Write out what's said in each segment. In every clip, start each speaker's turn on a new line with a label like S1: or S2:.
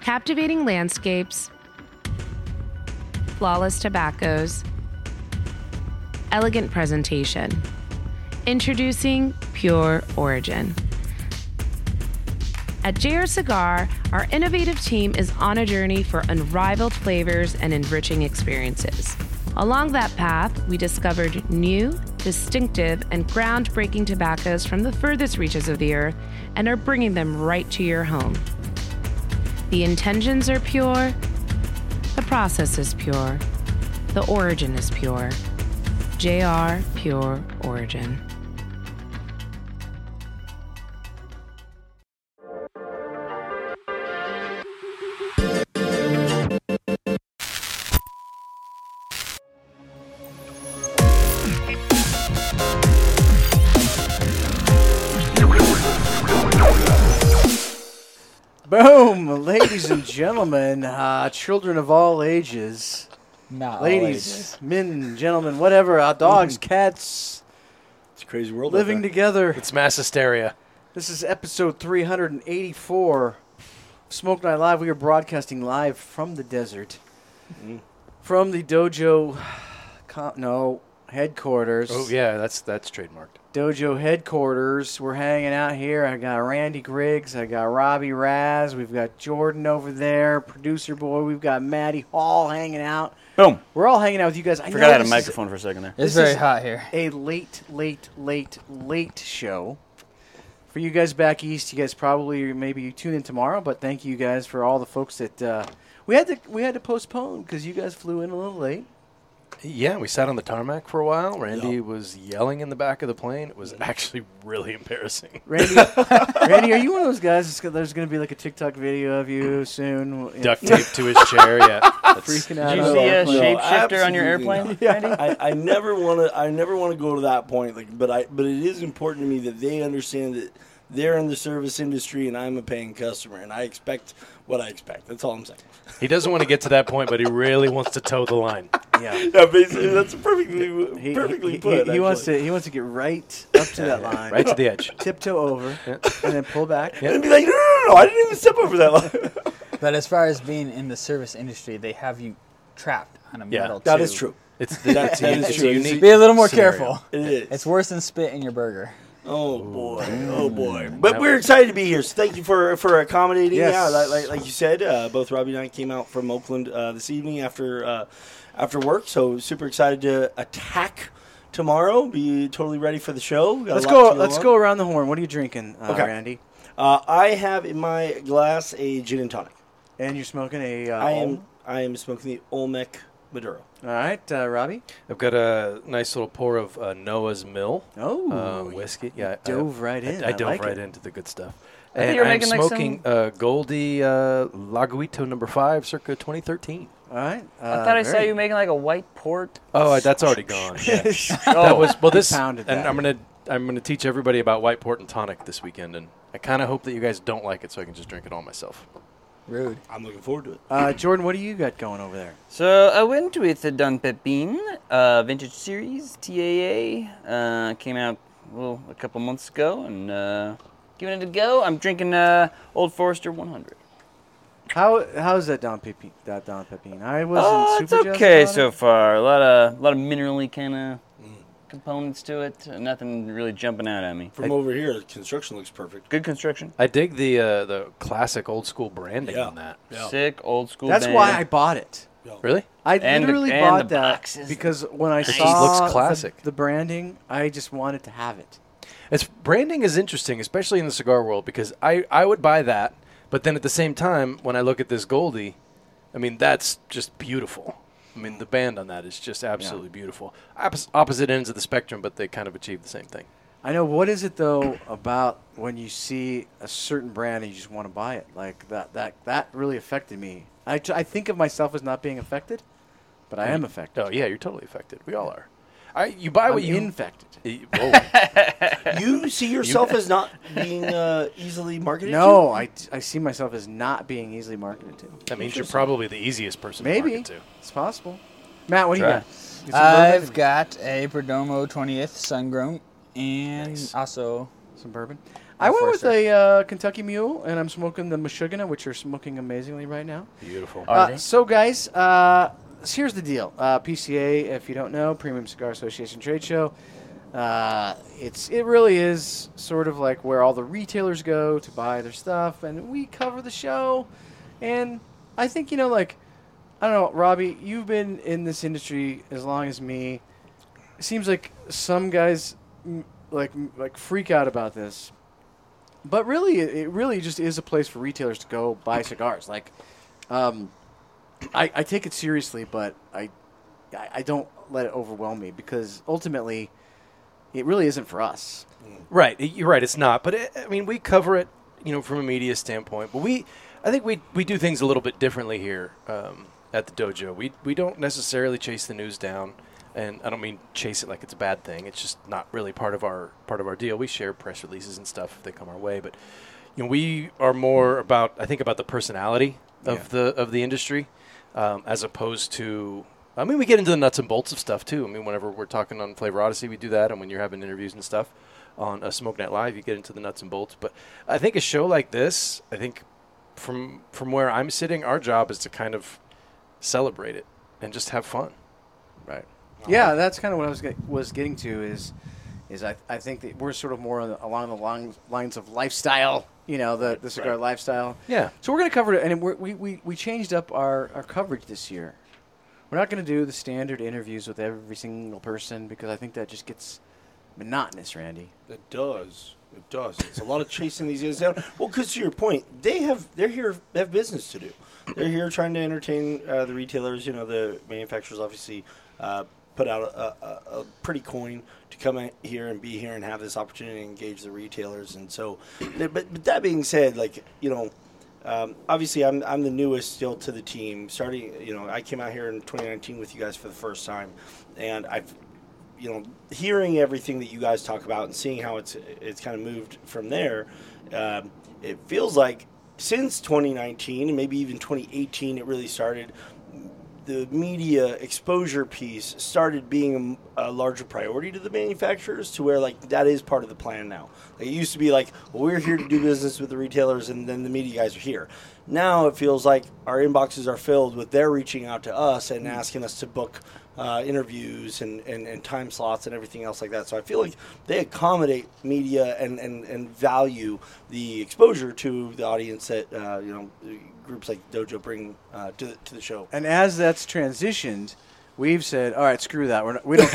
S1: captivating landscapes, flawless tobaccos, elegant presentation. Introducing Pure Origin. At JR Cigar, our innovative team is on a journey for unrivaled flavors and enriching experiences. Along that path, we discovered new, distinctive, and groundbreaking tobaccos from the furthest reaches of the earth and are bringing them right to your home. The intentions are pure, the process is pure, the origin is pure. JR Pure Origin.
S2: Boom, ladies and gentlemen, uh, children of all ages,
S3: Not
S2: ladies, men, gentlemen, whatever, uh, dogs,
S4: Mm-hmm.
S2: cats,
S5: It's a crazy world.
S2: living together.
S4: It's mass hysteria.
S2: This is episode 384 of Smoke Night Live. We are broadcasting live from the desert,
S4: Mm-hmm.
S2: from the dojo, com- no, headquarters.
S4: Oh yeah, that's that's trademarked.
S2: Dojo headquarters. We're hanging out here. I got Randy Griggs. I got Robbie Raz. We've got Jordan over there, producer boy. We've got Maddie Hall hanging out.
S5: Boom.
S2: We're all hanging out with you guys. I
S5: Forgot I
S2: know
S5: had a
S2: this is
S5: microphone for a second there.
S2: This
S3: It's very
S2: is-
S3: hot here.
S2: a late, late, late, late show. For you guys back east, you guys probably maybe you tune in tomorrow. But thank you guys for all the folks that uh, we had to we had to postpone because you guys flew in a little late.
S4: Yeah, we sat on the tarmac for a while. Randy was yelling in the back of the plane. It was actually really embarrassing.
S2: Randy, Randy, are you one of those guys? That's, go- there's going to be like a TikTok video of you soon. you know,
S4: Duct taped to his chair. Yeah,
S2: freaking
S5: Did
S2: out.
S5: you
S2: on
S5: see
S2: the
S5: a
S2: airplane.
S5: shapeshifter
S6: on your airplane,
S5: I, I never want to. I never want to go to that point. Like, but I. But it is important to me that they understand that they're in the service industry and I'm a paying customer and I expect what I expect. That's all I'm saying.
S4: he doesn't want to get to that point, but he really wants to toe the line.
S2: Yeah.
S5: Yeah, basically, that's perfectly
S2: He,
S5: perfectly
S2: he,
S5: put.
S2: he, he wants
S5: actually.
S2: to he wants to get right up to that line,
S4: Right to the edge.
S2: tiptoe over, and then pull back.
S5: and be like, no, no, no, no, I didn't even step over that line.
S3: But as far as being in the service industry, they have you trapped on a
S4: Yeah.
S3: metal.
S5: That
S3: tube.
S5: is true.
S4: It's
S5: That-
S4: it's a-
S5: that is
S4: it's a
S5: true.
S4: unique.
S3: Be a little more
S4: scenario.
S3: careful.
S5: It is.
S3: It's worse than spit in your burger.
S5: Oh boy! Oh boy! But we're excited to be here. So thank you for for accommodating.
S2: Yes.
S5: Yeah, like, like, like you said, uh, both Robbie and I came out from Oakland uh, this evening after uh, after work. So super excited to attack tomorrow. Be totally ready for the show. Got a
S2: Let's
S5: lot
S2: go.
S5: to
S2: Let's
S5: on.
S2: go around the horn. What are you drinking, uh,
S5: Okay.
S2: Randy?
S5: Uh, I have in my glass a gin and tonic.
S2: And you're smoking a. Uh,
S5: I am I am smoking the Olmec Maduro.
S2: All right, uh, Robbie.
S4: I've got a nice little pour of uh, Noah's Mill
S2: Oh,
S4: uh,
S2: you
S4: whiskey. Yeah, I-
S2: dove right in.
S4: I,
S2: I
S4: dove
S2: like
S4: right
S2: it.
S4: into the good stuff.
S6: thought
S4: And
S6: you were
S4: I'm
S6: making, like,
S4: smoking uh, Goldie uh, Laguito number five, circa 2013.
S2: All right. Uh,
S6: I thought I saw you making like a white port.
S4: Oh, I- that's already gone. yeah.
S6: Oh,
S4: that was well. This and
S2: pounded that.
S4: I'm gonna I'm gonna teach everybody about white port and tonic this weekend, and I kind of hope that you guys don't like it, so I can just drink it all myself.
S3: Rude.
S5: I'm looking forward to it.
S2: Uh, Jordan, what do you got going over there?
S6: so I went with the Don Pepin uh, Vintage Series TAA. Uh, came out well a couple months ago and uh, giving it a go. I'm drinking uh, Old Forester 100.
S2: How how's that Don Pepin? That Don Pepin. I wasn't
S6: Oh, it's
S2: super jazzed
S6: okay
S2: about it.
S6: so far. A lot of a lot of minerally kind of components to it. Uh, Nothing really jumping out at me.
S5: From over here, construction looks perfect.
S6: Good construction.
S4: I dig the uh, the classic old school branding
S5: Yeah.
S4: on that.
S5: Yeah.
S6: Sick old school.
S2: That's
S6: band.
S2: why I bought it.
S4: Really?
S2: I
S6: And the-
S2: literally
S6: and
S2: bought
S6: the
S2: that
S6: boxes.
S2: because when I
S6: just
S2: saw
S4: looks
S2: the-
S4: classic.
S2: The, branding, I just wanted to have it.
S4: It's branding is interesting, especially in the cigar world, because I I would buy that, but then at the same time, when I look at this Goldie, I mean that's just beautiful. I mean the band on that is just absolutely beautiful. Oppos- opposite ends of the spectrum, but they kind of achieve the same thing.
S2: I know. What is it though about when you see a certain brand and you just want to buy it? Like that that that really affected me. I, tr- I think of myself as not being affected, but I am affected.
S4: Oh yeah, you're totally affected. We all are. I, you buy
S2: I'm
S4: what you
S2: infected.
S4: Eh, whoa.
S5: You see yourself as not being uh, easily marketed? to?
S2: No, I, I see myself as not being easily marketed to.
S4: that means you're probably the easiest person to
S2: Maybe
S4: market to. Uh,
S2: it's possible. Matt, what do you
S6: Try.
S2: got? You got some
S3: I've
S2: bourbon?
S3: got a Perdomo 20th Sungrown and also
S2: some bourbon. I went with
S6: Enforcer.
S2: a uh, Kentucky Mule, and I'm smoking the Meshuggah, which are smoking amazingly right now.
S4: Beautiful.
S6: Are
S2: Uh,
S6: they?
S2: so, guys, uh, so here's the deal. Uh, PCA, if you don't know, Premium Cigar Association Trade Show. Uh, it's it really is sort of like where all the retailers go to buy their stuff, and we cover the show. And I think you know, like I don't know, Robbie, you've been in this industry as long as me. It seems like some guys mm, like like freak out about this, but really, it it really just is a place for retailers to go buy cigars. Like, um, I, I take it seriously, but I, I I don't let it overwhelm me because ultimately, it really isn't for us.
S4: Right, y- you're right. It's not, but it, I mean, we cover it, you know, from a media standpoint. But we, I think we we do things a little bit differently here um, at the dojo. We we don't necessarily chase the news down, and I don't mean chase it like it's a bad thing. It's just not really part of our part of our deal. We share press releases and stuff if they come our way, but you know, we are more about I think about the personality of
S2: Yeah.
S4: the of the industry um, as opposed to. I mean, we get into the nuts and bolts of stuff too. I mean, whenever we're talking on Flavor Odyssey, we do that, and when you're having interviews and stuff on a Smoke Night Live, you get into the nuts and bolts. But I think a show like this, I think from from where I'm sitting, our job is to kind of celebrate it and just have fun.
S2: Right. Yeah, that's kind of what I was get, was getting to is is I, I think that we're sort of more on the- along the long, lines of lifestyle, you know, the, the cigar lifestyle.
S4: Yeah.
S2: So we're going to cover it, and we're, we, we, we changed up our, our coverage this year. We're not going to do the standard interviews with every single person because I think that just gets monotonous, Randy.
S5: It does. It does. It's a lot of chasing these guys down. Well, because to your point, they have they're here they have business to do. They're here trying to entertain uh, the retailers. You know, the manufacturers obviously uh, put out a, a, a pretty coin to come in here and be here and have this opportunity to engage the retailers. And so, but, but that being said, like you know, um, obviously, I'm, I'm the newest still to the team. Starting, you know, I came out here in 2019 with you guys for the first time, and I've, you know, hearing everything that you guys talk about and seeing how it's it's kind of moved from there, um, it feels like since 2019 and maybe even 2018, it really started the media exposure piece started being a, a larger priority to the manufacturers to where like that is part of the plan now Like, it used to be like well, we're here to do business with the retailers and then the media guys are here now it feels like our inboxes are filled with they're reaching out to us and asking us to book uh, interviews and, and, and time slots and everything else like that so i feel like they accommodate media and, and, and value the exposure to the audience that uh, you know groups like dojo bring uh, to, the, to the show
S2: And as that's transitioned, we've said, all right, screw that. We're not, we don't.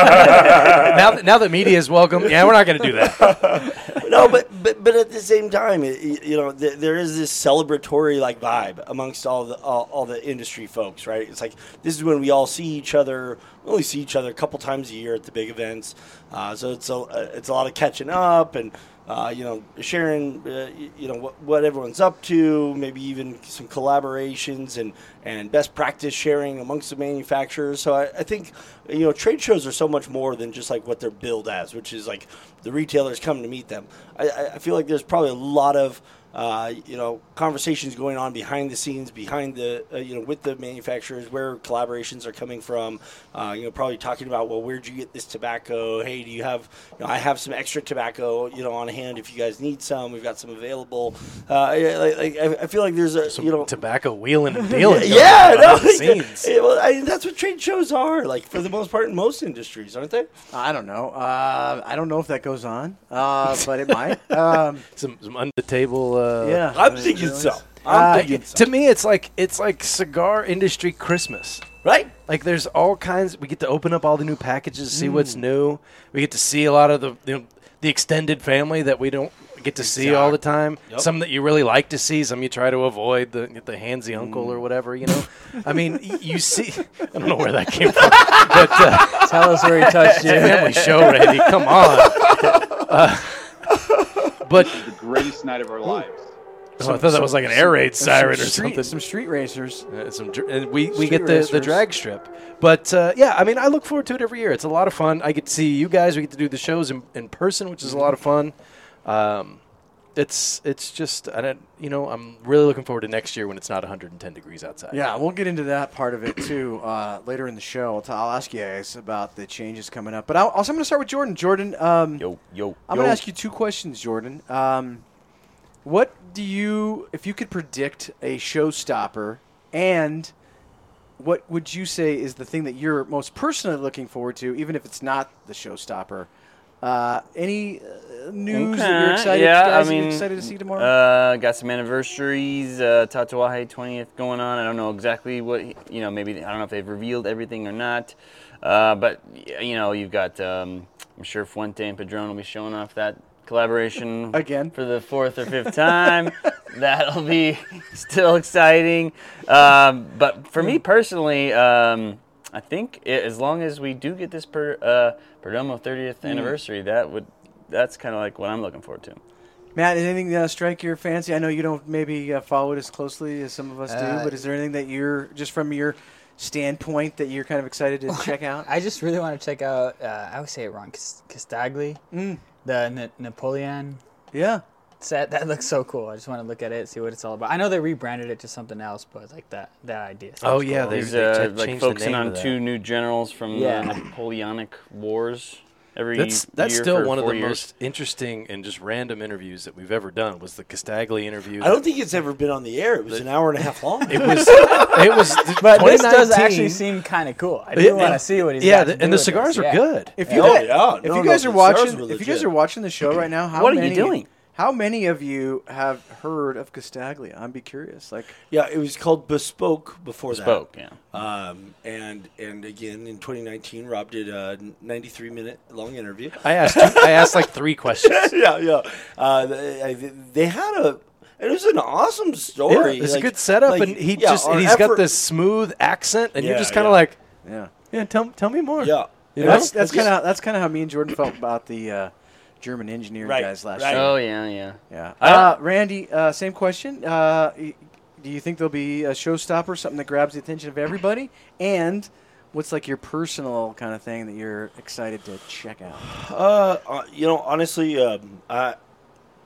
S5: Uh,
S4: now, that, now that media is welcome, yeah, we're not going to do that.
S5: no, but but but at the same time, it, it- you know, th- there is this celebratory like vibe amongst all the all, all the industry folks, right? It's like this is when we all see each other. We only see each other a couple times a year at the big events, uh, so it's a it's a lot of catching up and. Uh, you know, sharing, uh, y- you know, what, what everyone's up to, maybe even some collaborations and, and best practice sharing amongst the manufacturers. So I, I think, you know, trade shows are so much more than just like what they're billed as, which is like the retailers come to meet them. I, I- I feel like there's probably a lot of uh, you know conversations going on behind the scenes, behind the uh, you know with the manufacturers, where collaborations are coming from. Uh, you know, probably talking about well, where'd you get this tobacco? Hey, do you have? You know, I have some extra tobacco, you know, on hand if you guys need some. We've got some available. Uh, yeah, like, like, I, I feel like there's a
S4: Some
S5: you know
S4: tobacco wheeling and dealing. going
S5: yeah,
S4: on
S5: no,
S4: behind the scenes.
S5: yeah, well, I, that's what trade shows are like for the most part in most industries, aren't they?
S2: I don't know. Uh, I don't know if that goes on, uh, but it might. Um,
S4: Some, some under the table. Uh,
S2: yeah.
S5: I'm thinking so.
S2: Uh,
S5: I'm
S4: Like,
S5: thinking so.
S4: to me, it's like it's like cigar industry Christmas.
S5: Right?
S4: Like there's all kinds. We get to open up all the new packages, see what's
S5: Mm.
S4: new. We get to see a lot of the you know, the extended family that we don't get to see all the time. Some that you really like to see, some you try to avoid. The the handsy uncle
S5: Mm.
S4: or whatever, you know. I mean, y- you see. I don't know where that came from, but uh,
S3: Tell us where he touched you.
S4: family show, Randy. Come on. Uh, but
S7: the greatest night of our lives.
S4: oh, I thought that was like an air raid
S2: Some
S4: siren or
S2: street-
S4: something.
S2: Some street racers.
S4: Uh, some dr- and we, we
S2: Street
S4: get the, the
S2: racers.
S4: drag strip. But uh, yeah, I mean, I look forward to it every year. It's a lot of fun. I get to see you guys. We get to do the shows in, in person, which is a lot of fun. Um, it's it's just I don't you know I'm really looking forward to next year when it's not 110 degrees outside.
S2: Yeah, we'll get into that part of it too uh, later in the show. I'll, t- I'll ask you guys about the changes coming up. But I'll, also, I'm going to start with Jordan. Jordan, um,
S6: Yo, yo.
S2: I'm going to ask you two questions, Jordan. Um, what do you, if you could predict a showstopper, and what would you say is the thing that you're most personally looking forward to, even if it's not the showstopper? Uh, any uh, news that you're
S6: Okay,
S2: excited?
S6: yeah,
S2: guys,
S6: I
S2: that you're
S6: mean,
S2: excited to see tomorrow.
S6: Uh, got some anniversaries. Uh, Tatawahe 20th going on. I don't know exactly what you know. Maybe I don't know if they've revealed everything or not. Uh, but y- you know, you've got. Um, I'm sure Fuente and Padron will be showing off that collaboration
S2: Again.
S6: for the fourth or fifth time. That'll be still exciting. Um, but for me personally, um, I think i as long as we do get this per, uh, Perdomo 30th anniversary, that would that's kind of like what I'm looking forward to.
S2: Matt, is anything uh, strike your fancy? I know you don't maybe uh, follow it as closely as some of us do,
S3: Uh,
S2: but is there anything that you're just from your standpoint that you're kind of excited to check out?
S3: I just really want to check out. Uh, I always say it wrong. Cas- Castagli, the Na- Napoleon
S2: Yeah,
S3: set. That looks so cool. I just want to look at it, see what it's all about. I know they rebranded it to something else, but like that that idea. sounds
S4: Oh, yeah,
S3: cool.
S4: they-
S6: He's
S4: ch-
S6: uh,
S4: changed the
S6: like focusing
S4: name
S6: on
S4: of that.
S6: two new generals from
S3: Yeah.
S6: the Napoleonic Wars. Every
S4: That's that's
S6: year
S4: still
S6: for
S4: one of
S6: four
S4: the
S6: years.
S4: most interesting and just random interviews that we've ever done was the Castagli interview.
S5: I don't think it's ever been on the air. It was an hour and a half long.
S4: it was it was
S3: But this does
S4: 2019.
S3: actually seem kind of cool. I do want to see what he's.
S4: yeah,
S3: got
S4: the-
S3: to
S4: and
S3: do with
S4: the cigars
S3: this.
S4: are
S3: Yeah.
S4: good.
S2: if
S5: Yeah.
S2: you
S5: Oh,
S2: guys,
S5: yeah.
S2: if
S5: No,
S2: you
S5: no,
S2: guys
S5: the
S2: are watching,
S5: stars were
S2: if you guys
S5: legit.
S2: are watching the show right now, how
S6: What are you
S2: many,
S6: doing?
S2: How many of you have heard of Castaglia? I'd be curious. Like,
S5: yeah, it was called Bespoke before
S6: spoke.
S5: that.
S6: Yeah,
S5: Um, and and again in 2019, Rob did a 93 minute long interview.
S4: I asked I asked like three questions.
S5: yeah, yeah. Uh, they, I- they had a. It was an awesome
S4: Yeah,
S5: story.
S4: it's
S5: like-
S4: a good setup,
S5: like,
S4: and he
S5: yeah,
S4: just and
S5: our
S4: he's got
S5: effort-
S4: this smooth accent, and you're
S5: Yeah,
S4: just kind of
S5: yeah.
S4: like,
S2: yeah,
S4: yeah, tell tell me more.
S5: Yeah,
S4: You know?
S2: that's that's kind of that's kind of how me and Jordan felt about the uh, German engineering
S5: Right,
S2: guys last
S5: right.
S2: year.
S6: Oh yeah, yeah.
S2: Yeah.
S6: I
S2: Uh,
S6: don't-
S2: Randy, uh, same question. Uh, y- do you think there'll be a showstopper, something that grabs the attention of everybody? And what's like your personal kind of thing that you're excited to check out?
S5: Uh, uh, you know, honestly, um, I,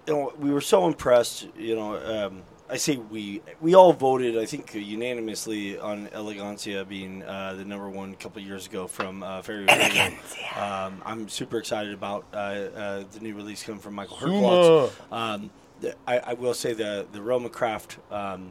S5: you know, we were so impressed. You know, um, I say we we all voted, I think, unanimously on Elegancia being uh, the number one a couple years ago from uh, Fairy. Elegancia. Um, I'm super excited about uh, uh, the new release coming from Michael Herklotz. Um, the, I, I will say the the Roma Craft. Um,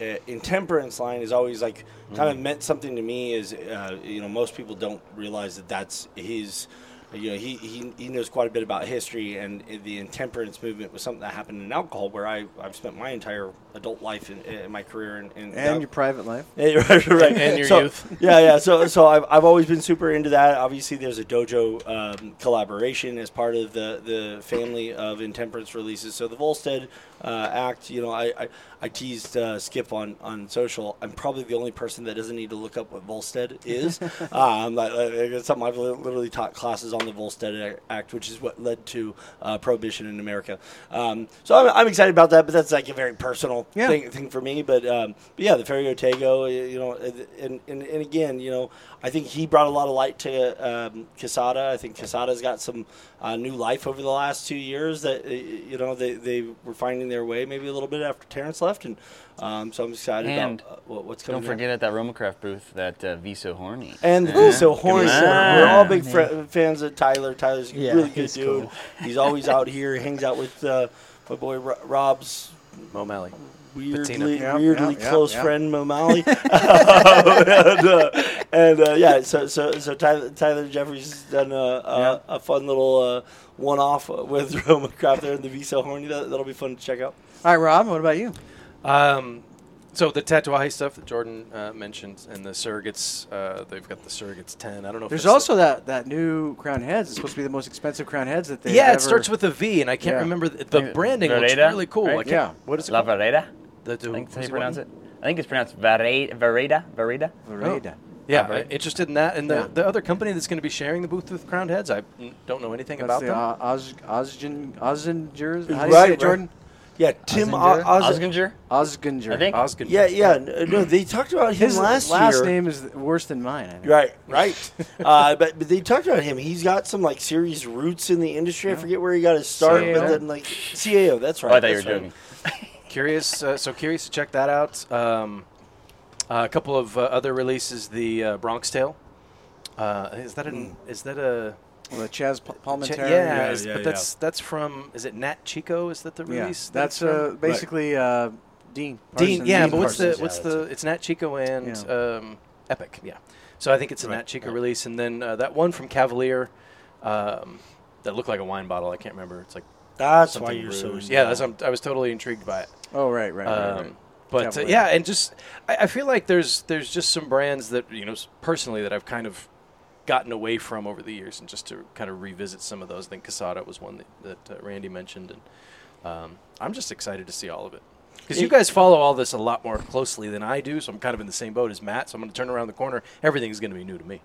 S5: uh, intemperance line is always like kind
S2: Mm.
S5: of meant something to me is uh, you know most people don't realize that that's his you know, he, he, he knows quite a bit about history, and the intemperance movement was something that happened in alcohol, where I, I've spent my entire adult life in, in my career. In, in
S2: And your private life?
S5: yeah, right, right.
S4: And your
S5: So-
S4: youth.
S5: Yeah, yeah. So, so I've, I've always been super into that. Obviously, there's a dojo um, collaboration as part of the, the family of intemperance releases. So the Volstead uh, Act, you know, I, I, I teased uh, Skip on, on social. I'm probably the only person that doesn't need to look up what Volstead is. um, like, like, it's something I've li- literally taught classes on the Volstead Act, which is what led to uh, prohibition in America. Um, so I'm, I'm excited about that, but that's like a very personal
S2: Yeah.
S5: thing thing for me. But, um, but yeah, the Ferry Otego, y- you know, and, and, and again, you know, I think he brought a lot of light to um, Quesada. I think Quesada's got some uh, new life over the last two years that, uh, you know, they, they were finding their way maybe a little bit after Terrence left. And um, so I'm excited
S6: And
S5: about uh, what, what's coming
S6: Don't
S5: there.
S6: forget at that Romacraft booth that uh, Viso Horny.
S5: And the so horny.
S6: on.
S5: We're all big fr- fans of Tyler. Tyler's a
S3: Yeah,
S5: really good
S3: he's
S5: dude.
S3: cool.
S5: He's always out here. Hangs out with uh, my boy Ro- Rob's
S4: O'Malley.
S5: weirdly,
S2: Yeah,
S5: weirdly
S2: yeah, yeah,
S5: close
S2: yeah.
S5: friend Mo Malley. and uh, and, uh, yeah, so so so Tyler, Tyler Jeffries has done a, a, a fun little uh, one-off with Roma Craft there in the V so horny. That, that'll be fun to check out.
S2: All right, Rob, what about you?
S4: Um, so the Tatuaje stuff that Jordan uh, mentioned, and the surrogates, uh, they've got the surrogates ten. I don't know. if
S2: There's
S4: it's the-
S2: also that, that new crown heads. It's supposed to be the most expensive crown heads that they
S4: yeah, it starts with a V, and I can't
S2: Yeah.
S4: remember the, the
S6: Yeah.
S4: branding. looks
S6: Vereda,
S4: really cool.
S6: right?
S4: I can't-
S2: Yeah.
S4: what is it?
S6: La
S4: Called?
S6: Vareda.
S4: The, the,
S6: I think that's
S4: what's
S6: how you
S4: it
S6: pronounce
S4: called?
S6: it. I think it's pronounced Vareda. Vareda. Vareda.
S2: Vereda.
S4: Yeah,
S6: La Vereda.
S4: I'm interested in that, and the,
S2: Yeah.
S4: the other company that's going to be sharing the booth with Crowned Heads. I mm, don't know anything
S2: That's
S4: about
S2: the
S4: them.
S2: uh, Oz, Ozgen, Ozengers. How do you
S5: Right,
S2: say
S5: right.
S2: it, Jordan?
S5: Yeah, Tim
S3: Ozinger?
S5: O- Oz-
S6: Osginger?
S2: Osginger.
S6: I think.
S4: Osgood.
S5: Yeah, yeah. n- No, they talked about him
S2: His
S5: last,
S2: last,
S5: year.
S2: name is worse than mine. I think.
S5: Right, right. uh, but, but they talked about him. He's got some like serious roots in the industry. I forget where he got his start, but
S2: CAO.
S5: then like CAO. That's right.
S6: Oh, I thought you were
S5: that's right.
S6: joking.
S4: Curious. Uh, so curious to check that out. Um, uh, a couple of uh, other releases. The uh, Bronx Tale. Uh, is that an?
S2: Hmm.
S4: Is that a?
S2: Well, the Chaz P- Palminteri.
S4: Ch- yeah, is-
S7: yeah,
S4: but
S7: yeah.
S4: that's that's from. Is it Nat Chico? Is that the
S2: Yeah,
S4: release? that it's
S2: That's
S4: from?
S2: uh, basically uh, Dean.
S4: Dean,
S2: Parsons.
S4: yeah,
S2: Dean
S4: but what's the
S2: Parsons.
S4: what's the it's Nat Chico and
S2: Yeah.
S4: um, Epic, yeah. So I think it's a Nat Chico release, and then uh, that one from Cavalier um, that looked like a wine bottle. I can't remember. It's like
S5: That's why
S4: something
S5: you're so.
S4: Rouge. yeah. That's, I'm, I was totally intrigued by it.
S2: Oh right, right. right, right.
S4: Um, but uh,
S2: Cavalier.
S4: yeah, and just I, I feel like there's there's just some brands that you know s- personally that I've kind of gotten away from over the years, and just to kind of revisit some of those. I think Casada was one that, that uh, Randy mentioned, and um, I'm just excited to see all of it because you guys follow all this a lot more closely than I do. So I'm kind of in the same boat as Matt. So I'm going to turn around the corner. Everything's going to be new to me.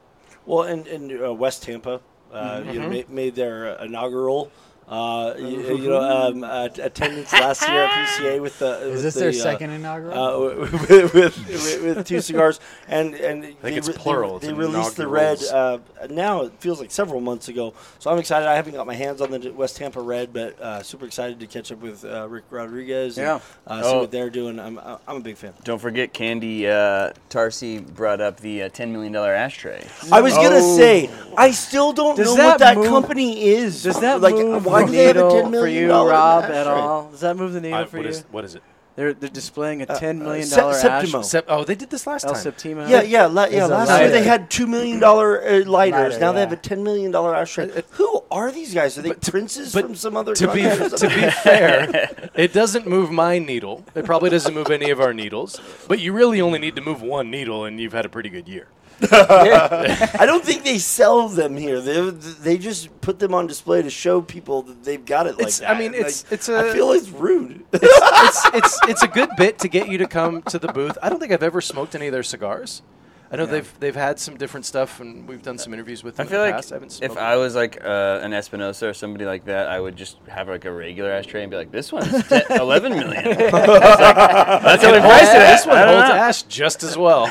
S5: Well, and and uh, West Tampa, uh,
S3: Mm-hmm.
S5: you know, made, made their inaugural. Uh, you,
S3: Mm-hmm.
S5: you know, um, uh, t- attendance last year at PCA with the
S3: Is
S5: with
S3: this
S5: the,
S3: their
S5: uh,
S3: second inaugural?
S5: uh, with, with, with, with two cigars, and and I think
S4: it's plural, it's
S5: They, released the red uh, now. It feels like several months ago, so I'm excited. I haven't got my hands on the West Tampa red, but uh, super excited to catch up with uh, Rick Rodriguez. And,
S2: Yeah.
S5: uh, see
S6: Oh.
S5: what they're doing. I'm I'm a big fan.
S6: Don't forget, Candy uh, Tarsi brought up the uh, $10 million ashtray.
S5: I was gonna
S2: Oh.
S5: say, I still don't
S2: Does
S5: know
S2: that
S5: what that
S2: move-
S5: company is.
S2: Does that
S5: like
S2: move the
S5: why do they have a
S2: needle
S5: ten million
S2: for you,
S5: dollar
S2: Rob,
S5: match
S2: at
S5: rate?
S2: all? Does that move the needle
S4: I,
S2: for
S4: what
S2: you?
S4: is what is it?
S2: They're they're displaying a ten million
S5: uh,
S2: dollar
S5: Sep-
S2: ash.
S5: Septimo.
S4: Sep- oh, they did this last
S2: El
S4: time.
S2: Septimo.
S5: Yeah, yeah, la- yeah.
S3: It's a
S5: Last
S3: lighter.
S5: year they had two million dollar uh, lighters.
S3: Lighter,
S5: now they
S3: yeah.
S5: have a ten million dollar ashtray. Who are these guys? Are they
S4: But to-
S5: princes
S4: but
S5: from some other
S4: to be
S5: country or
S4: to
S5: something?
S4: be fair, it doesn't move my needle. It probably doesn't move any of our needles. But you really only need to move one needle, and you've had a pretty good year.
S5: I don't think they sell them here. They they just put them on display to show people that they've got it like
S4: It's-
S5: that.
S4: I mean,
S5: Like,
S4: it's- it's
S5: I
S4: a-
S5: feel it's rude.
S4: It's it's it's a good bit to get you to come to the booth. I don't think I've ever smoked any of their cigars. I know they've they've had some different stuff, and we've done some interviews with
S6: I
S4: them
S6: feel
S4: in the
S6: like
S4: past. I haven't smoked.
S6: if I was like uh, an Espinosa or somebody like that, I would just have like a regular ashtray and be like, "This one's 10, 11 million. That's, like, that's how we price it.
S4: this one
S6: I don't
S4: holds
S6: know.
S4: ash just as well.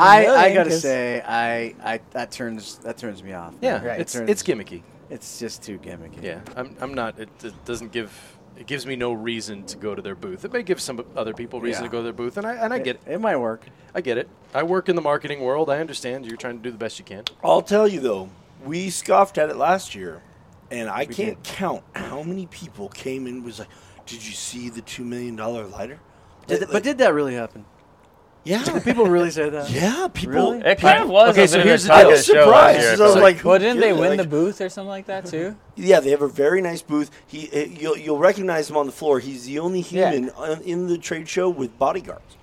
S2: I, I gotta say, I, I that turns that turns me off.
S4: Yeah,
S3: Right.
S4: it's
S2: Turns-
S4: it's gimmicky.
S2: It's just too gimmicky.
S4: Yeah, I'm, I'm not. It, it doesn't give. It gives me no reason to go to their booth. It may give some other people reason
S2: Yeah.
S4: to go to their booth, and I and I get
S2: it,
S4: it.
S2: it might work.
S4: I get it. I work in the marketing world. I understand you're trying to do the best you can.
S5: I'll tell you though, we scoffed at it last year, and I can't count how many people came in and was like, "Did you see the two million dollar lighter?"
S2: Did
S5: Like-
S2: th- but did that really happen?
S5: yeah,
S2: Did people really say that?
S5: yeah, people.
S2: Really?
S6: It kind of was.
S4: Okay,
S6: a
S4: so
S6: bit of
S4: here's
S6: a
S4: the
S6: talk
S5: I
S4: deal.
S6: of
S5: was
S6: the show last
S5: surprised.
S6: year.
S5: 'cause I was
S6: So-
S5: like,
S3: Well, didn't they win the
S5: booth?
S3: booth or something like that too?
S5: Yeah, they have a very nice booth. He, uh, you'll, you'll recognize him on the floor. He's the only
S3: Yeah.
S5: human on- in the trade show with bodyguards.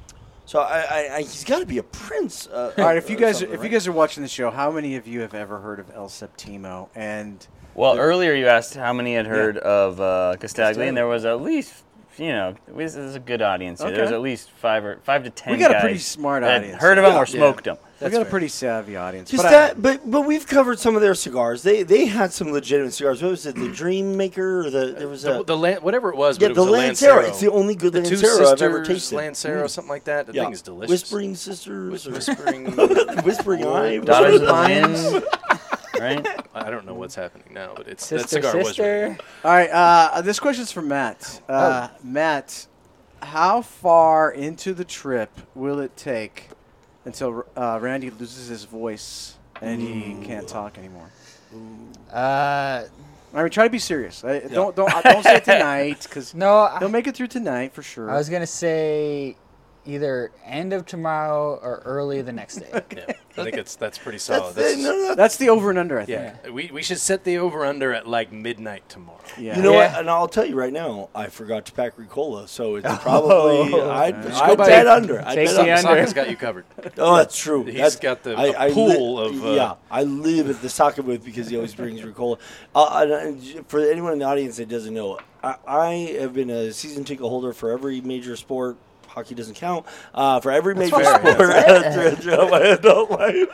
S5: So I, I, I he's got to be a prince. Uh,
S2: All right, if you
S5: or
S2: guys
S5: something,
S2: if you
S5: right?
S2: guys are watching the show, how many of you have ever heard of El Septimo? And
S6: well, earlier you asked how many had heard of uh, Castagli, and there was at least. You know, this is a good audience. here. There's
S2: Okay.
S6: at least five or five to ten.
S2: We got a pretty
S6: guys
S2: smart
S6: that
S2: audience
S6: Heard of
S2: here.
S6: them or smoked them.
S2: we got a pretty savvy audience.
S5: Just
S2: but I-
S5: that, but but we've covered some of their cigars. They they had some legitimate cigars. What was it? The Dream Maker or the there was
S4: The,
S5: a
S4: the lan- whatever it was,
S5: Yeah,
S4: but it
S5: the
S4: was a
S5: Lancero.
S4: Lancero.
S5: It's the only good
S4: the two
S5: Lancero I've
S4: sisters,
S5: ever tasted. Mm.
S4: Lancero, something like that. The
S5: yeah.
S4: thing is delicious.
S5: Whispering Sisters, or
S4: Whispering.
S5: Whispering Oh, Eye,
S6: Daughters of the
S2: Lions.
S6: Wind, right?
S4: I don't know what's happening now, but it's that
S3: Sister,
S4: cigar was. really
S3: sister.
S4: good.
S2: All right, uh, this question's for Matt. Uh, Matt, how far into the trip will it take until uh, Randy loses his voice and he can't talk anymore?
S3: Uh,
S2: I mean, try to be serious. I, Don't don't uh, don't say tonight because
S3: no,
S2: he'll
S3: I,
S2: make it through tonight for sure.
S3: I was gonna say either end of tomorrow or early the next day.
S4: Yeah, I think it's that's pretty solid.
S5: That's it.
S4: That's-
S5: No, no,
S2: That's the over and under, I think.
S4: yeah, we we should set the over under at like midnight tomorrow.
S2: Yeah.
S5: You know
S3: Yeah.
S5: what? And I'll tell you right now, I forgot to pack Ricola, so it's probably I'd,
S4: Oh. go
S5: I'd
S4: by-
S5: bet under. I'd
S3: take
S5: bet
S3: the
S5: under.
S3: under.
S4: Saka's got you covered.
S5: Oh, that's true.
S4: He's
S5: That's-
S4: got the- a pool of, uh,
S5: yeah, I live at the soccer booth because he always brings Ricola. Uh, and, uh, for anyone in the audience that doesn't know, I, I have been a season ticket holder for every major sport. Hockey doesn't count. Uh, for every major
S4: fair,
S5: sport throughout my adult life.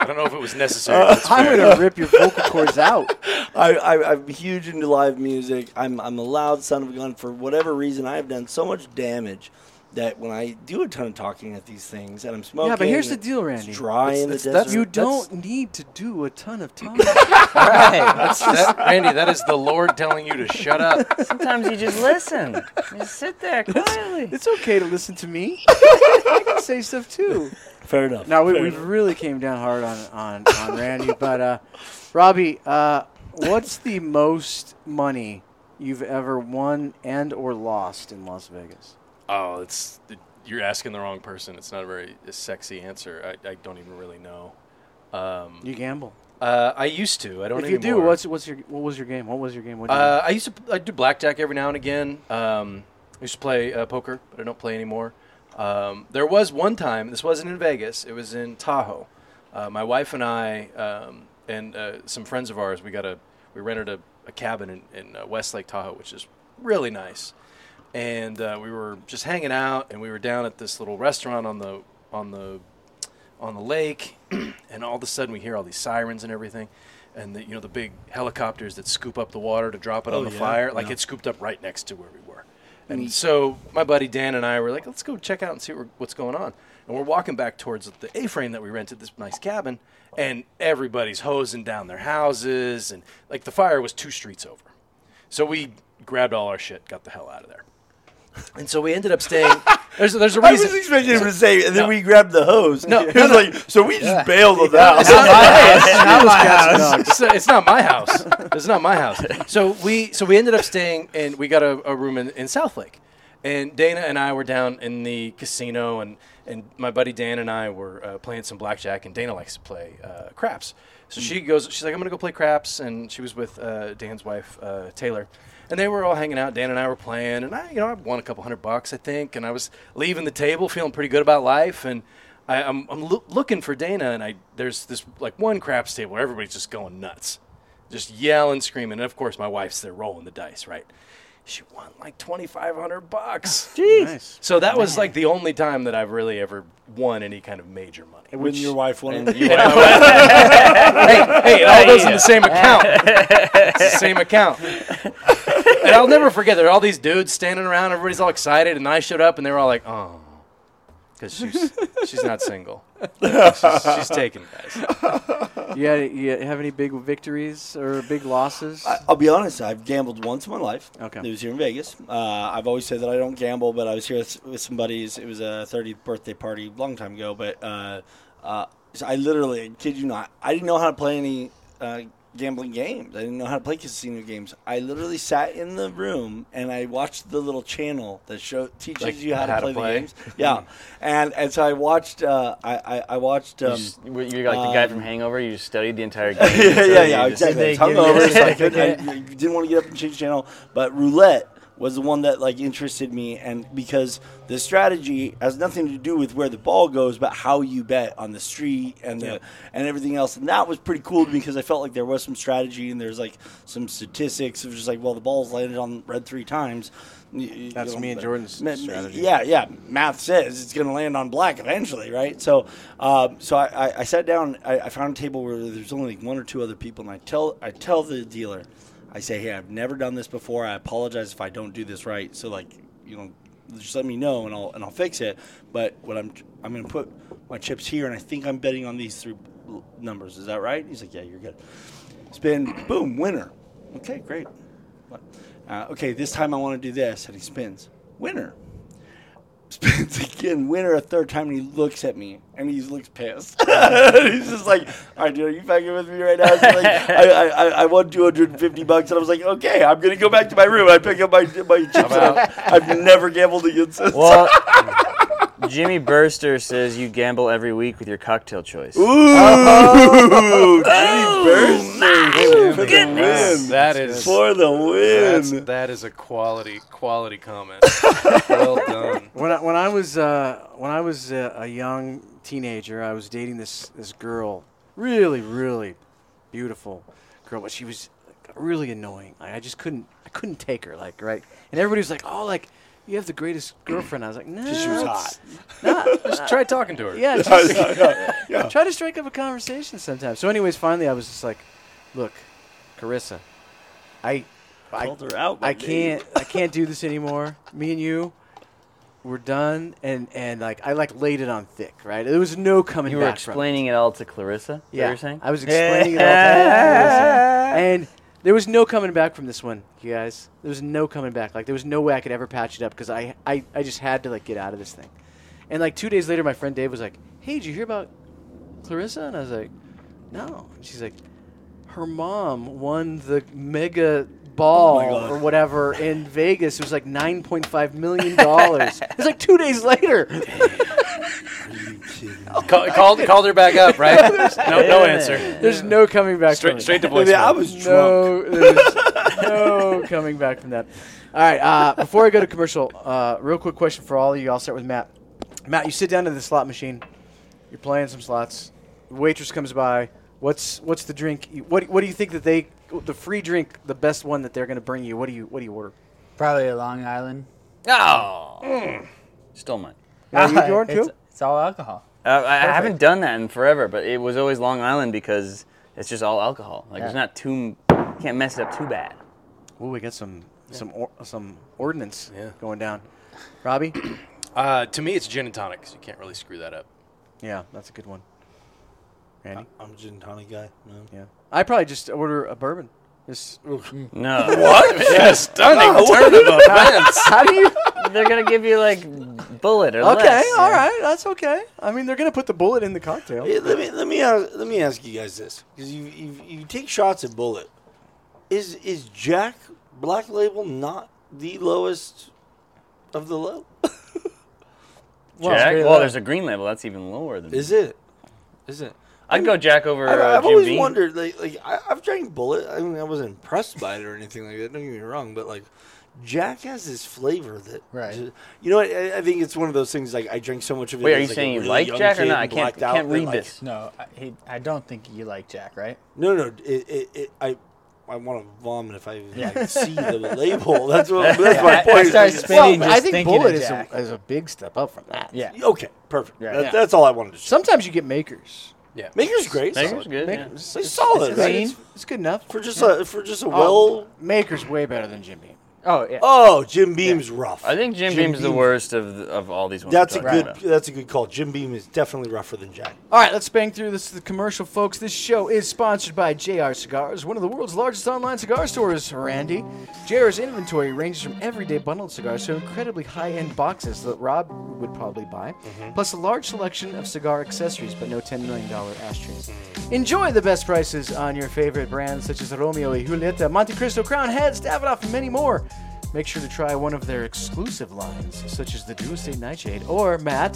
S4: don't know if it was necessary. but it's
S2: I'm
S4: fair.
S2: gonna rip your vocal cords out.
S5: I, I, I'm huge into live music. I'm, I'm a loud son of a gun. For whatever reason, I have done so much damage that when I do a ton of talking at these things and I'm smoking,
S2: Yeah, but here's the
S5: and
S2: deal,
S5: It's
S2: Randy.
S5: dry in the
S4: It's- that's-
S5: desert.
S2: you
S4: that's-
S2: don't need to do a ton of time.
S6: Right.
S4: That- Randy, that is the Lord telling you to shut up.
S6: Sometimes you just listen. You just sit there quietly.
S2: it's okay to listen to me. I can say stuff too.
S5: Fair enough.
S2: Now we,
S5: Fair
S2: we
S5: enough.
S2: really came down hard on on, on Randy, but uh, Robbie, uh, what's the most money you've ever won and or lost in Las Vegas?
S4: Oh, it's you're asking the wrong person. It's not a very sexy answer. I, I don't even really know. Um,
S2: You gamble.
S4: uh, I used to. I don't.
S2: if you do,
S4: anymore.
S2: what's what's your what was your game? What was your game? What did you
S4: Uh, I used to I do blackjack every now and again. Um, I used to play uh, poker, but I don't play anymore. Um, there was one time. This wasn't in Vegas. It was in Tahoe. Uh, my wife and I um, and uh, some friends of ours. We got a we rented a, a cabin in, in uh, Westlake Tahoe, which is really nice. And uh, we were just hanging out, and we were down at this little restaurant on the on the on the lake, and all of a sudden we hear all these sirens and everything, and the, you know the big helicopters that scoop up the water to drop it on the
S5: Oh, yeah,
S4: fire. Like
S5: yeah.
S4: it scooped up right next to where we were, and so my buddy Dan and I were like, let's go check out and see what- what's going on. And we're walking back towards the A-frame that we rented, this nice cabin, and everybody's hosing down their houses, and like the fire was two streets over. So we grabbed all our shit, got the hell out of there. And so we ended up staying. There's, there's a
S5: I was
S4: reason.
S5: expecting him to say, and then
S4: No.
S5: we grabbed the hose.
S4: No,
S5: He
S4: no,
S5: was
S4: no.
S5: like, so we just bailed on that.
S4: It's not my house.
S3: Not my house.
S4: No, it's, it's not my house. It's not my house. So we so we ended up staying and we got a, a room in, in Southlake. And Dana and I were down in the casino, and, and my buddy Dan and I were uh, playing some blackjack. And Dana likes to play uh, craps, so she goes. She's like, "I'm gonna go play craps," and she was with uh, Dan's wife uh, Taylor, and they were all hanging out. Dan and I were playing, and I, you know, I won a couple hundred bucks, I think, and I was leaving the table feeling pretty good about life, and I, I'm, I'm loo- looking for Dana, and I there's this like one craps table where everybody's just going nuts, just yelling, screaming, and of course my wife's there rolling the dice, right? She won like twenty five hundred bucks.
S2: nice.
S4: So that was like the only time that I've really ever won any kind of major money.
S5: When your wife wanted
S4: hey, hey, it all goes in the same account. It's the same account. And I'll never forget. There were all these dudes standing around. Everybody's all excited, and I showed up, and they were all like, "Oh, because she's she's not single. She's, she's taken, guys."
S2: You, had, you have any big victories or big losses?
S5: I, I'll be honest. I've gambled once in my life.
S2: Okay.
S5: It was here in Vegas. Uh, I've always said that I don't gamble, but I was here with, with some buddies. It was a 30th birthday party a long time ago, but uh, uh, so I literally, I kid you not, I didn't know how to play any uh, gambling games. I didn't know how to play casino games. I literally sat in the room and I watched the little channel that show teaches
S4: Like,
S5: you how, to, play,
S4: play?
S5: the games. Yeah, and and so I watched. Uh, I, I I watched.
S6: You
S5: Um,
S6: just- You're like the guy
S5: um,
S6: from Hangover. You just studied the entire game.
S5: yeah, yeah, yeah,
S6: You just-
S5: exactly.
S3: They
S5: I was
S3: give you-
S5: hungover, so I, couldn't- I didn't want to get up and change channel, but roulette was the one that like interested me, and because the strategy has nothing to do with where the ball goes, but how you bet on the street and the and everything else, and that was pretty cool because I felt like there was some strategy and there's like some statistics of just like well the ball's landed on red three times. y- y-
S2: That's me and
S5: but-
S2: Jordan's
S5: ma- ma-
S2: strategy.
S5: Yeah, yeah. Math says it's going to land on black eventually, right? So, um, so I, I, I sat down. I, I found a table where there's only like one or two other people, and I tell I tell the dealer, I say, hey, I've never done this before. I apologize if I don't do this right. So like, you know, just let me know, and I'll and I'll fix it. But what I'm I'm going to put my chips here, and I think I'm betting on these three l- numbers. Is that right? He's like, yeah, you're good. Spin, boom, winner. Okay, great. Uh, okay, this time I want to do this, and he spins, winner spins again, winner a third time, and he looks at me and he looks pissed. he's just like, "All right, dude, are you fucking with me right now?" It's like, I, I, I, I won two hundred and fifty bucks, and I was like, "Okay, I'm gonna go back to my room." I pick up my my chips. And
S4: out.
S5: I, I've never gambled again since.
S6: Well, Jimmy Burster says you gamble every week with your cocktail choice.
S5: Ooh, Jimmy Burns for the win.
S4: That is
S5: For the
S4: that's,
S5: win.
S4: that is a quality quality comment. well done.
S2: When I, when I was uh, when I was uh, a young teenager, I was dating this this girl, really really beautiful girl, but she was like, really annoying. Like, I just couldn't I couldn't take her like right, and everybody was like, oh like you have the greatest girlfriend. I was like, no,
S5: she was hot.
S2: Not,
S4: Try talking to her.
S2: Yeah,
S5: I
S2: just
S5: know, yeah, yeah.
S2: try to strike up a conversation sometimes. So, anyways, finally, I was just like, "Look, Carissa, I, I,
S5: Called her out.
S2: I
S5: my
S2: can't, I can't do this anymore. Me and you, we're done." And and like, I like laid it on thick, right? There was no coming
S6: You were
S2: back
S6: explaining it all to Clarissa.
S2: from. it. Yeah,
S6: you were saying.
S2: I was explaining it all. to Carissa. And there was no coming back from this one, you guys. There was no coming back. Like, there was no way I could ever patch it up because I, I, I just had to like get out of this thing. And like two days later, my friend Dave was like, "Hey, did you hear about Clarissa?" And I was like, "No." And she's like, "Her mom won the mega ball
S5: God.
S2: or whatever in Vegas. It was like nine point five million dollars." it's like two days later.
S4: Call, called, called her back up, right? No, no answer.
S2: There's no coming back. from
S4: Straight,
S2: it.
S4: straight to
S5: Maybe
S4: voicemail.
S5: I was drunk.
S2: No, there's no coming back from that. All right. Uh, before I go to commercial, uh, real quick question for all of you. I'll start with Matt. Matt, you sit down to the slot machine. You're playing some slots. Waitress comes by. What's what's the drink? you- What what do you think that they the free drink, the best one that they're going to bring you? What do you what do you order?
S3: Probably a Long Island.
S6: Oh,
S2: Mm.
S6: stole mine.
S2: Yeah, you- you order
S3: it's,
S2: too?
S3: it's all alcohol.
S6: Uh, I, I haven't done that in forever, but it was always Long Island because it's just all alcohol. Like there's
S3: Yeah.
S6: not too, can't mess it up too bad.
S2: Ooh, we got some some or, some ordinance
S4: Yeah.
S2: going down. Robbie,
S4: Uh, to me, it's gin and tonic 'cause you can't really screw that up.
S2: yeah, that's a good one. Randy,
S5: I'm a gin and tonic guy. No.
S2: yeah, I probably just order a bourbon. Just
S6: No,
S4: What? yeah, stunning turn of events.
S2: how do you?
S6: they're gonna give you like bullet or
S2: Okay,
S6: less.
S2: all right, that's okay. I mean, they're gonna put the bullet in the cocktail.
S5: Hey, let me let me ask, let me ask you guys this because you, you you take shots at Bullet. Is is Jack Black Label not the lowest of the low?
S6: Jack.
S3: Well,
S6: Well, there's a green label that's even lower than.
S5: Is it? Is it?
S6: I'd go Jack over
S5: I,
S6: uh,
S5: I've
S6: Jim
S5: always
S6: Beam.
S5: wondered, like, like I, I've drank Bullet. I mean, I wasn't impressed by it or anything like that. Don't get me wrong, but like, Jack has this flavor that,
S3: Right.
S5: ju- you know, what, I, I think it's one of those things. Like, I drank so much of it.
S6: Wait,
S5: as,
S6: are you
S5: like, a
S6: saying you
S5: really
S6: like
S5: young
S6: Jack or
S5: kid
S6: not? I
S5: and
S6: can't,
S5: blacked out
S6: can't
S5: that,
S6: read
S5: like,
S6: this.
S3: no, I, he, I don't think you like Jack, right?
S5: No, no, it, it, it I. I want to vomit if I like, see the label. That's what. That's my point.
S3: I start
S5: Like,
S3: spinning. just
S2: I think
S3: thinking of
S2: bullet is a,
S3: Jack.
S2: is a big step up from that.
S3: Yeah.
S5: Okay, perfect.
S3: Yeah.
S5: That,
S3: Yeah.
S5: That's all I wanted to say.
S2: Sometimes you get makers.
S4: Yeah.
S5: Maker's great.
S6: Maker's
S5: solid.
S6: good.
S2: Maker-
S6: yeah.
S2: it's,
S5: It's solid,
S2: it's-
S5: right?
S2: it's- it's good enough.
S5: for just a for just a well.
S2: Oh, maker's way better than Jim Beam.
S3: Oh yeah.
S5: Oh, Jim Beam's rough.
S6: I think Jim,
S5: Jim
S6: Beam's the
S5: Beam.
S6: worst of the, of all these ones.
S5: that's a
S6: we're talking
S5: good
S6: about.
S5: that's a good call. Jim Beam is definitely rougher than Jack.
S2: All right, let's bang through this the commercial, folks. This show is sponsored by JR Cigars, one of the world's largest online cigar stores, Randy. JR's inventory ranges from everyday bundled cigars to incredibly high end boxes that Rob would probably buy, plus a large selection of cigar accessories, but no $10 million ashtrays. Enjoy the best prices on your favorite brands such as Romeo y Julieta, Monte Cristo, Crown Heads, Davidoff, and many more. Make sure to try one of their exclusive lines, such as the Dulce Nightshade or Matt,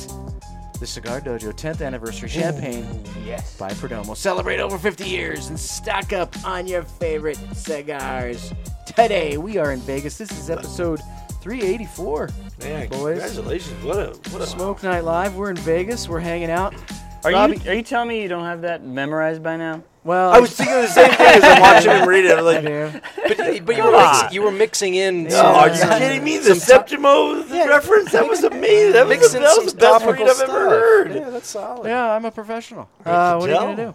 S2: the Cigar Dojo 10th Anniversary Champagne
S3: yes.
S2: by Perdomo. Celebrate over 50 years and stock up on your favorite cigars. Today, we are in Vegas. This is episode 384.
S5: Man,
S2: Boys.
S5: congratulations! What a what a
S2: Smoke Night Live. We're in Vegas. We're hanging out.
S6: Are
S2: Robbie-
S6: you are you telling me you don't have that memorized by now?
S2: Well,
S5: I was thinking the same thing as I'm watching him read it. I'm like,
S2: yeah.
S4: But, but you, were mix, you were mixing in.
S5: oh,
S4: some-
S5: are you kidding me? The Septimo reference that was amazing. That was the,
S4: Mixing
S5: that
S4: some
S5: was the best
S4: topical
S5: read I've
S4: stuff.
S5: ever heard.
S4: Yeah, that's solid.
S2: Yeah, I'm a professional. Uh, what are you
S5: tell.
S2: going to do?
S5: I-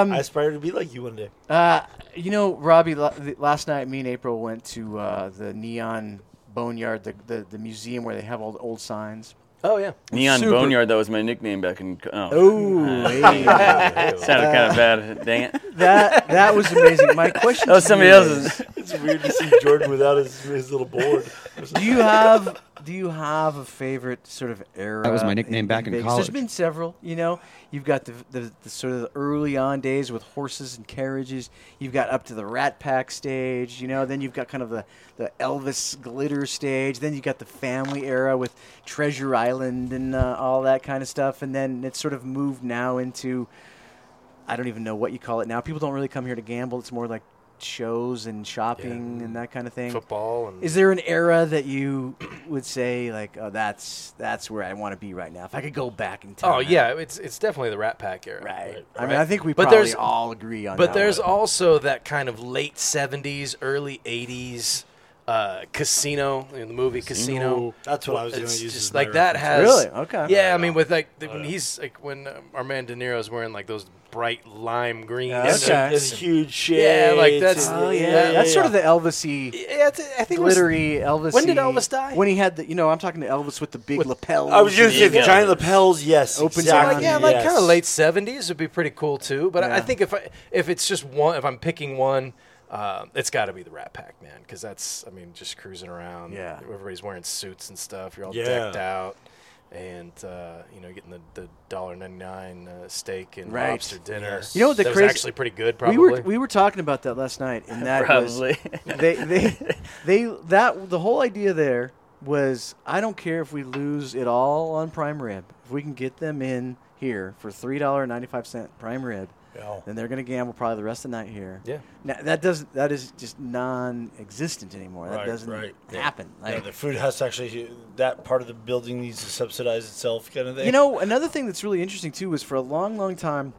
S2: Um,
S5: I aspire to be like you one day.
S2: Uh, you know, Robbie, la- the- last night me and April went to uh, the Neon Boneyard, the, the, the museum where they have all the old signs.
S4: Oh, yeah.
S6: Neon
S2: Super-
S6: Boneyard, that was my nickname back in. Oh,
S2: Ooh,
S6: sounded
S5: Uh,
S6: kind of bad. Dang it.
S2: that that was amazing. My question
S6: That was
S2: to
S6: somebody
S2: you
S6: else's.
S5: It's weird to see Jordan without his, his little board.
S2: Do you have do you have a favorite sort of era?
S8: That was my nickname back in
S2: Vegas? There's
S8: college.
S2: been several, you know. You've got the, the, the sort of the early on days with horses and carriages. You've got up to the Rat Pack stage, you know. Then you've got kind of the, the Elvis glitter stage. Then you got the family era with Treasure Island and uh, all that kind of stuff. And then it's sort of moved now into I don't even know what you call it now. People don't really come here to gamble. It's more like shows and shopping and that kind of thing.
S4: Football and
S2: Is there an era that you would say like, oh, that's that's where I want to be right now? If I could go back in time.
S4: Oh yeah, it's it's definitely the Rat Pack era.
S2: right. I mean, I think we
S4: But
S2: probably
S4: there's-
S2: all agree on.
S4: But
S2: that
S4: there's
S2: one.
S4: also that kind of late '70s, early '80s uh, Casino, you know, the movie Casino.
S5: That's what I was
S4: It's
S5: gonna use
S4: just
S5: as
S4: like
S5: my Uh,
S4: that has
S2: Really? Okay.
S4: Yeah, I mean with like the, when he's like when um, Armand De Niro's wearing like those bright lime green.
S2: Yeah,
S4: suits.
S2: okay.
S5: It's huge
S4: Yeah, like
S5: shades
S4: that's-
S5: and-
S4: Oh, yeah,
S2: that's sort of the Elvisy.
S4: Yeah, it's, I think it was-
S2: glittery Elvis.
S4: When did Elvis die?
S2: When he had the, you know, I'm talking to Elvis with the big lapels.
S5: I was
S2: and
S5: gonna say
S2: the-
S5: the giant lapels. Yes,
S2: Opens
S4: Yeah,
S5: exactly.
S4: like, yeah, like
S5: yes.
S4: kind of late seventies would be pretty cool too. But I I
S2: Yeah.
S4: think if I if it's just one, if I'm picking one, uh, it's got to be the Rat Pack, man, because that's I mean just cruising around.
S2: Yeah.
S4: everybody's wearing suits and stuff. You're all
S5: Yeah.
S4: decked out, and uh, you know getting the the dollar ninety nine uh, steak and
S2: Right.
S4: lobster dinner.
S5: Yes.
S2: You know what the
S4: that was
S2: crazy-
S4: actually pretty good,
S2: We
S4: probably.
S2: were we were talking about that last night, and that
S6: Probably.
S2: was they they they that the whole idea there was I don't care if we lose it all on prime rib if we can get them in here for three dollar ninety five cent prime rib.
S5: Yeah.
S2: Then they're going to gamble probably the rest of the night here.
S4: Yeah.
S2: now, that does that is just non-existent anymore.
S5: Right,
S2: that doesn't
S5: right. Yeah.
S2: happen.
S5: Yeah,
S2: Like,
S5: the food has to actually that part of the building needs to subsidize itself, kind of thing.
S2: You know, another thing that's really interesting too was for a long, long time,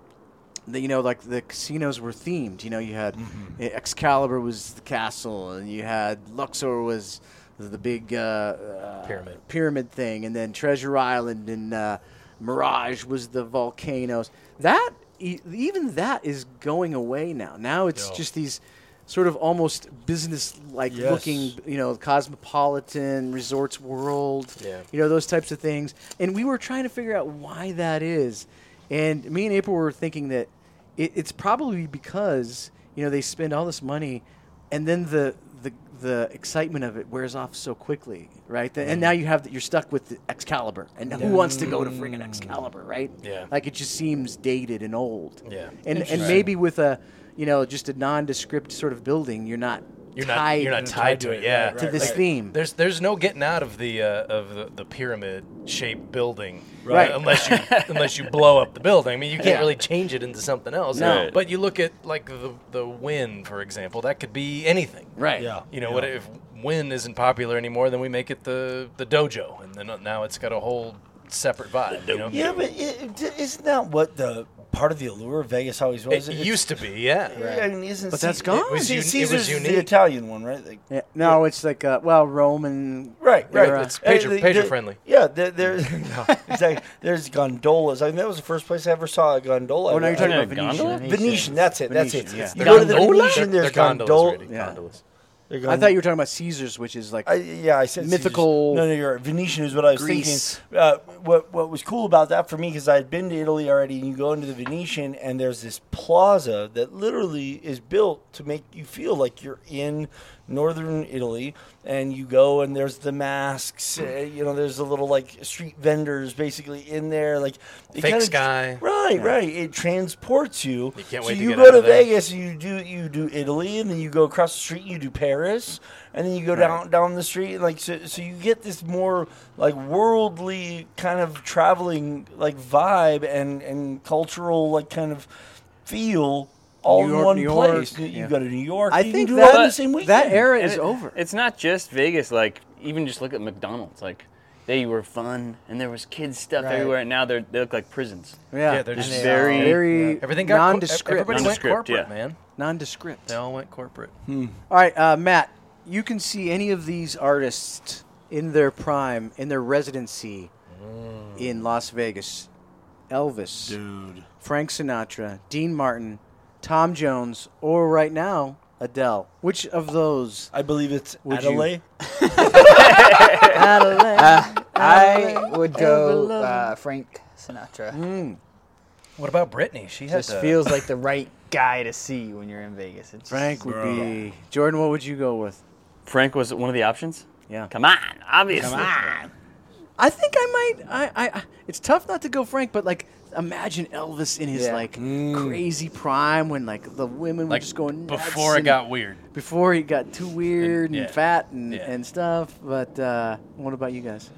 S2: the, you know, like the casinos were themed. You know, you had Excalibur was the castle, and you had Luxor was the big uh, uh,
S4: Pyramid.
S2: pyramid thing, and then Treasure Island and uh, Mirage was the volcanoes. That e- even that is going away now. Now it's
S5: Yeah.
S2: just these. Sort of almost business-like
S5: Yes.
S2: looking, you know, cosmopolitan resorts world
S4: Yeah.
S2: you know those types of things and we were trying to figure out why that is and me and april were thinking that it, it's probably because you know they spend all this money and then the the, the excitement of it wears off so quickly right The-
S4: Mm.
S2: and now you have that you're stuck with the excalibur and who wants to go to friggin' excalibur right
S4: Yeah.
S2: like it just seems dated and old
S4: Yeah.
S2: and and maybe with a you know just a nondescript sort of building you're not
S4: You're not
S2: tied
S4: you're not tied to it. Yeah,
S5: right,
S2: to
S5: right,
S2: this
S5: right.
S2: theme
S4: There's there's no getting out of the uh, of the, the pyramid shaped building,
S2: Right.
S4: uh, Unless you unless you blow up the building. I mean, you can't
S2: Yeah.
S4: really change it into something else.
S2: No.
S6: Right.
S4: But you look at like the the wind, for example. That could be anything.
S2: right
S5: yeah,
S4: You know, what if wind isn't popular anymore? Then we make it the the dojo, and then uh, now it's got a whole separate vibe. You know.
S5: Yeah, but it, it- isn't that what the part of the allure of Vegas always was?
S4: it
S5: It's-
S4: used to be. Yeah.
S5: I mean, isn't
S2: But
S5: Ce-
S2: that's gone.
S5: It
S4: was
S5: was,
S4: un- it was
S5: Caesar's
S4: unique.
S5: the Italian one, right? Like,
S2: Yeah. No, it's like uh, well, Roman.
S5: Right, right.
S2: era.
S4: It's pager-
S5: Uh, the-
S4: pager
S5: the-
S4: friendly.
S5: Yeah, there, there, yeah, exactly. There's gondolas. I mean, that was the first place I ever saw a gondola.
S2: Oh, no, you're talking
S6: Yeah,
S2: about Venetian.
S6: gondola?
S5: Venetian. That's it. That's
S2: Venetian,
S5: it.
S2: yeah.
S5: You go to the
S4: Gondola?
S5: Venetian.
S4: They're-
S5: There's
S4: they're
S5: gondola.
S4: Randy,
S2: Yeah.
S4: Gondolas.
S2: I
S5: They're gond-
S2: thought you were talking about Caesar's, which is like
S5: I, yeah, I said Caesar's.
S2: Mythical
S5: No, no, you're right. Venetian is what I was
S2: Greece.
S5: thinking. Uh, what what was cool about that for me because I had been to Italy already, and you go into the Venetian, and there's this plaza that literally is built to make you feel like you're in northern Italy, and you go and there's the masks, uh, you know, there's the little like street vendors basically in there, like it
S4: Fake
S5: kinda-
S4: sky.
S5: right, right. It transports you.
S4: You can't
S5: so
S4: wait to
S5: you
S4: get
S5: go
S4: out
S5: to
S4: of there.
S5: Vegas, you do you do Italy, and then you go across the street, and you do Paris, and then you go down down the street, and like so, so you get this more like worldly kind of traveling like vibe and and cultural like kind of feel all
S2: New
S5: in
S2: York,
S5: one
S2: New
S5: place.
S2: York,
S5: You
S2: yeah.
S5: go to New York.
S2: I
S5: you can
S2: think
S5: do
S2: that,
S5: it all in the same weekend.
S2: that era is
S6: And it-
S2: over.
S6: It's not just Vegas. Like even just look at McDonald's. Like they were fun and there was kids stuff
S2: Right.
S6: everywhere. And now they're they look like prisons.
S2: yeah,
S4: yeah, they're just uh,
S6: And they very- are-
S2: very
S4: Everything got cor-
S2: nondescript.
S4: everybody went
S6: Nondescript,
S4: corporate,
S6: yeah.
S4: man.
S2: nondescript.
S4: They all went corporate.
S2: All right, uh, Matt, you can see any of these artists in their prime, in their residency in Las Vegas. Elvis,
S5: dude.
S2: Frank Sinatra, Dean Martin, Tom Jones, or right now Adele. Which of those?
S5: I believe it's
S2: Would you-
S5: Adelaide.
S2: Adelaide.
S3: I would
S2: Ever
S3: go
S2: love
S3: uh, Frank Sinatra.
S4: What about Britney? She had
S3: Just Mm, feels like the right guy to see when you're in Vegas. It's
S2: Frank would
S5: Bro.
S2: be Jordan. What would you go with?
S6: Frank was one of the options.
S2: Yeah,
S6: Come on, obviously.
S2: I think I might. I, I, I it's tough not to go Frank, but like imagine Elvis in his
S3: Yeah.
S2: like
S4: Mm.
S2: crazy prime when like the women were just going nuts
S4: before it
S2: and-
S4: got weird.
S2: before he got too weird and,
S4: yeah.
S2: fat and,
S4: Yeah.
S2: and stuff. But uh, what about you guys?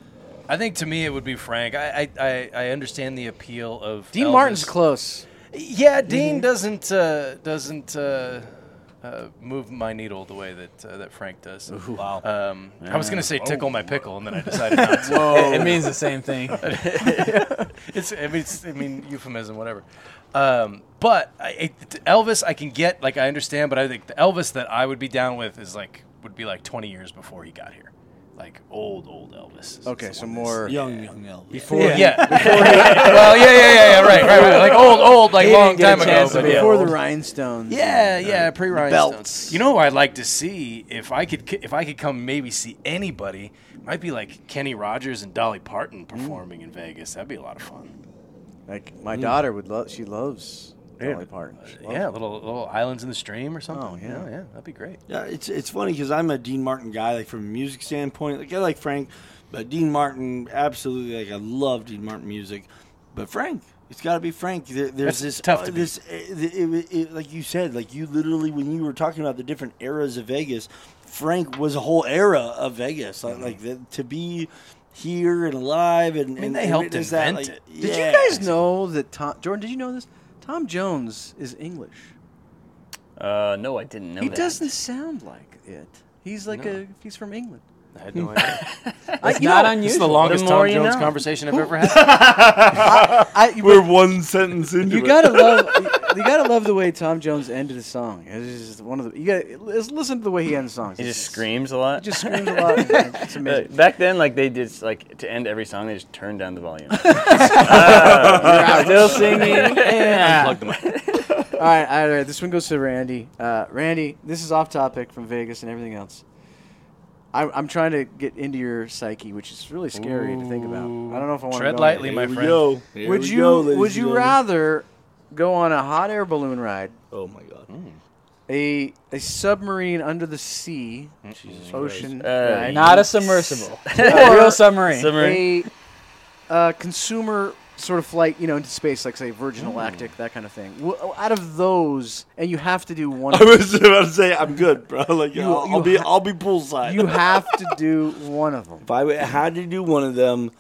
S4: I think to me it would be Frank. I I, I, I understand the appeal of
S2: Dean
S4: Elvis.
S2: Martin's Mm-hmm. close.
S4: Yeah, Dean doesn't uh, doesn't uh, uh, move my needle the way that uh, that Frank does.
S5: Wow.
S4: Um, I was gonna say tickle my
S2: Oh.
S4: pickle, and then I decided not to.
S3: It means the same thing.
S4: it's, I mean, it's I mean euphemism, whatever. Um, but I, it, Elvis, I can get like I understand, but I think the Elvis that I would be down with is like would be like 20 years before he got here. Like old, old Elvis. is
S2: Okay,
S4: the
S2: so
S4: one
S2: more.
S4: that's-
S5: Young, young Elvis.
S2: Before,
S4: Yeah. well, yeah, yeah, yeah, yeah, right, right, right. Like old, old, like
S3: He didn't
S4: long
S3: get a
S4: time ago.
S3: chance to
S4: But
S3: be
S4: yeah.
S2: before the rhinestones.
S4: Yeah, yeah, pre
S2: belts.
S4: rhinestones. You know who I'd like to see if I could if I could come maybe see anybody might be like Kenny Rogers and Dolly Parton performing in Vegas. That'd be a lot of fun.
S2: Like my daughter would love. She loves Dolly Parton. She loves
S4: yeah, little little islands in the stream or something.
S2: Oh, yeah.
S4: yeah, that'd be great.
S5: Yeah, it's it's funny because I'm a Dean Martin guy, like from a music standpoint. Like I like Frank, but Dean Martin, absolutely, like I love Dean Martin music. But Frank, it's got to be Frank. There, there's
S4: That's
S5: this
S4: tough to beat.
S5: this uh, th- it, it, it- like you said, like you literally when you were talking about the different eras of Vegas, Frank was a whole era of Vegas. Like, like the, to be here and alive, and,
S4: Mm-hmm. mean,
S5: and-
S4: they
S5: and
S4: helped
S5: witness
S4: invent
S5: like,
S4: it.
S2: Did
S5: yeah.
S2: you guys know that Tom Jordan? Did you know this? Tom Jones is English.
S6: Uh, no, I didn't know
S2: He
S6: that.
S2: doesn't sound like it. He's like
S4: No.
S2: a. He's from England.
S4: I had no idea.
S3: It's not
S4: This is the
S3: unusual.
S4: longest
S6: The
S4: Tom
S6: more you
S4: Jones
S6: know.
S4: conversation I've ever had.
S2: I,
S5: We're one sentence into
S2: you gotta love. You gotta love the way Tom Jones ended his song. It's just one of the. You gotta let's listen to the way he ends songs.
S6: He
S2: It's
S6: just screams a lot.
S2: He just screams a lot. It's
S6: Uh,
S2: amazing.
S6: back then, like they just like to end every song, they just turned down the volume. Uh,
S3: Still singing.
S6: Unplugged the mic.
S2: All right, all right. This one goes to Randy. Uh, Randy, this is off topic from Vegas and everything else. I, I'm trying to get into your psyche, which is really scary to think about. I don't know if I want to
S4: Tread lightly, my friend.
S5: Yo,
S2: Would you would you rather go on a hot air balloon ride,
S5: Oh my god.
S2: a a submarine under the sea, ocean,
S6: Uh,
S2: ride,
S3: Not a submersible. a real submarine.
S6: Submarine.
S2: a uh, consumer sort of flight, you know, into space, like say Virgin Galactic, that kind of thing. W- out of those, and you have to do one.
S5: I was about to say I'm good, bro. Like
S2: You-
S5: I'll,
S2: you
S5: I'll be
S2: ha-
S5: I'll be poolside.
S2: you have to do one of them.
S5: if I had to do one of them,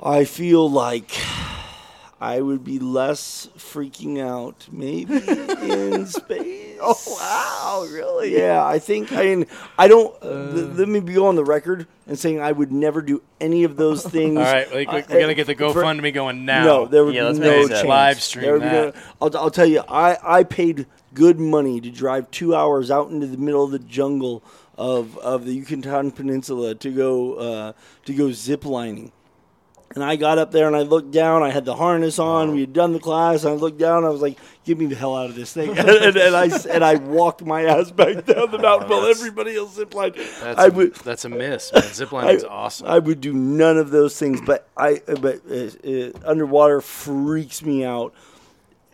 S5: I feel like I would be less freaking out, maybe in space. Oh wow, really? Yeah, I think. I mean, I don't. th-
S4: Uh.
S5: let me be on the record and saying I would never do any of those things.
S4: All right, like, we,
S5: I-
S4: we gotta get the
S5: for-
S4: GoFundMe going now.
S5: No, there would
S6: Yeah,
S5: be
S6: let's
S5: no
S6: make that
S5: chance.
S4: live stream
S5: There would be
S4: that.
S5: no- I'll, I'll tell you, I, I paid good money to drive two hours out into the middle of the jungle of, of the Yucatan Peninsula to go uh, to go zip lining. And I got up there and I looked down. I had the harness on. We had done the class. And I looked down. I was like, "Get me the hell out of this thing!" and, and, I s- and I walked my ass back down the mountain while
S4: Oh, that's-
S5: everybody else ziplined.
S4: That's,
S5: I
S4: a,
S5: would,
S4: that's a miss, man. Ziplining is
S5: I-
S4: awesome.
S5: I would do none of those things, but I but uh, uh, underwater freaks me out.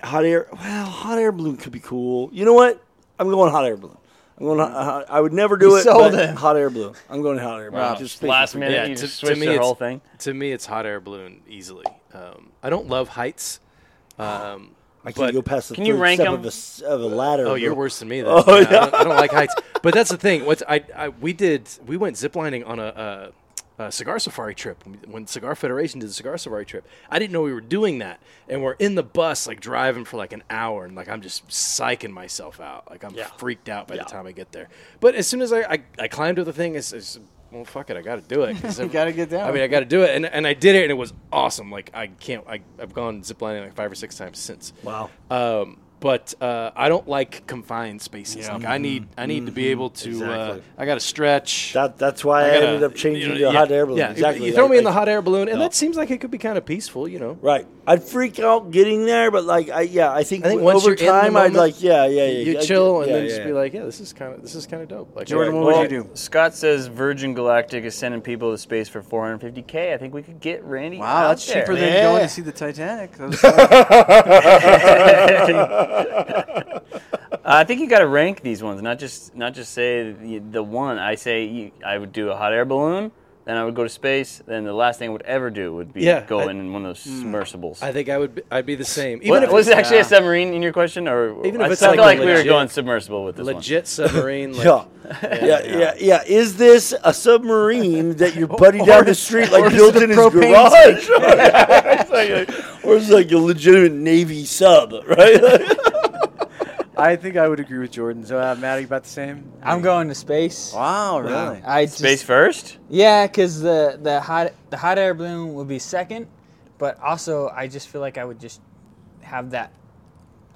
S5: Hot air, well, hot air balloon could be cool. You know what? I'm going hot air balloon. I'm going. Hot, hot- I would never do
S3: You
S5: it.
S3: sold
S5: but
S3: him.
S5: Hot air balloon. I'm going hot air balloon.
S6: Wow.
S5: Just think-
S6: Last minute,
S4: Yeah,
S6: you
S4: to-
S6: just
S4: to
S6: switched
S4: me
S6: the
S4: it's-
S6: whole thing.
S4: to me, it's hot air balloon easily. Um, I don't love heights. Um,
S5: I can
S4: but-
S5: go past the
S6: Can you
S5: third
S6: rank
S5: step
S6: 'em?
S5: of a, s- of a ladder.
S4: Oh, you're
S5: bro.
S4: worse than me. Then.
S5: Oh,
S4: Yeah,
S5: yeah.
S4: I, don't, I don't like heights. But that's the thing. What's I, I we did we went ziplining on a, a, a cigar safari trip when Cigar Federation did the cigar safari trip. I didn't know we were doing that, and we're in the bus like driving for like an hour, and like I'm just psyching myself out. Like I'm freaked out by the time I get there. But as soon as I I, I climbed to the thing, it's, it's well, fuck it, I got to do it. 'cause I-
S2: gotta get down.
S4: I mean, I got to do it, and, and I did it, and it was awesome. Like I can't. I, I've gone ziplining like five or six times since.
S5: Wow.
S4: Um, but uh, I don't like confined spaces. Like I need, I need to be able to. Uh,
S5: Mm-hmm. Exactly.
S4: I got to stretch.
S5: That, that's why I,
S4: gotta-
S5: ended up changing
S4: you know,
S5: to a
S4: yeah,
S5: hot air balloon.
S4: Yeah,
S5: exactly.
S4: You throw
S5: Like-
S4: me in the
S5: like-
S4: hot air balloon, and that seems like it could be kind of peaceful. You know,
S5: Right. I'd freak out getting there, but like, I yeah, I think,
S4: I think
S5: w-
S4: once
S5: over
S4: you're in the
S5: time, I'd
S4: moment,
S5: like, yeah, yeah, yeah.
S4: you
S5: I-
S4: chill and
S5: yeah,
S4: then
S5: yeah,
S4: just
S5: yeah.
S4: be like, yeah, this is kind of, this is kind of dope. Like,
S2: Jordan,
S4: yeah,
S2: what would
S6: Well,
S2: you do?
S6: Scott says Virgin Galactic is sending people to space for 450k. I think we could get Randy.
S2: Wow,
S6: out
S2: that's
S6: there.
S2: cheaper than
S5: Yeah.
S2: going to see the Titanic. That was kinda-
S6: I think you got to rank these ones, not just not just say the, the one. I say you, I would do a hot air balloon, then I would go to space, then the last thing I would ever do would be
S4: Yeah,
S6: go
S4: I-
S6: in one of those submersibles.
S4: I think I would, be, I'd be the same.
S6: What-
S4: Even if
S6: was
S4: it's
S6: it actually
S2: yeah.
S6: a submarine in your question, or
S4: Even
S6: I
S4: if it's
S6: felt
S4: like
S6: like,
S4: a
S6: we were
S4: legit-
S6: going submersible with this
S4: legit submarine, like,
S5: Yeah. Yeah, yeah, yeah, Is this a submarine that your buddy down the street like built in his garage? or is it like a legitimate Navy sub, right?
S2: I think I would agree with Jordan. So, uh, Matt, are you about the same?
S3: I'm going to space.
S2: Wow, really?
S3: I just,
S6: one. Space first.
S3: Yeah, because the the hot the hot air balloon would be second, but also I just feel like I would just have that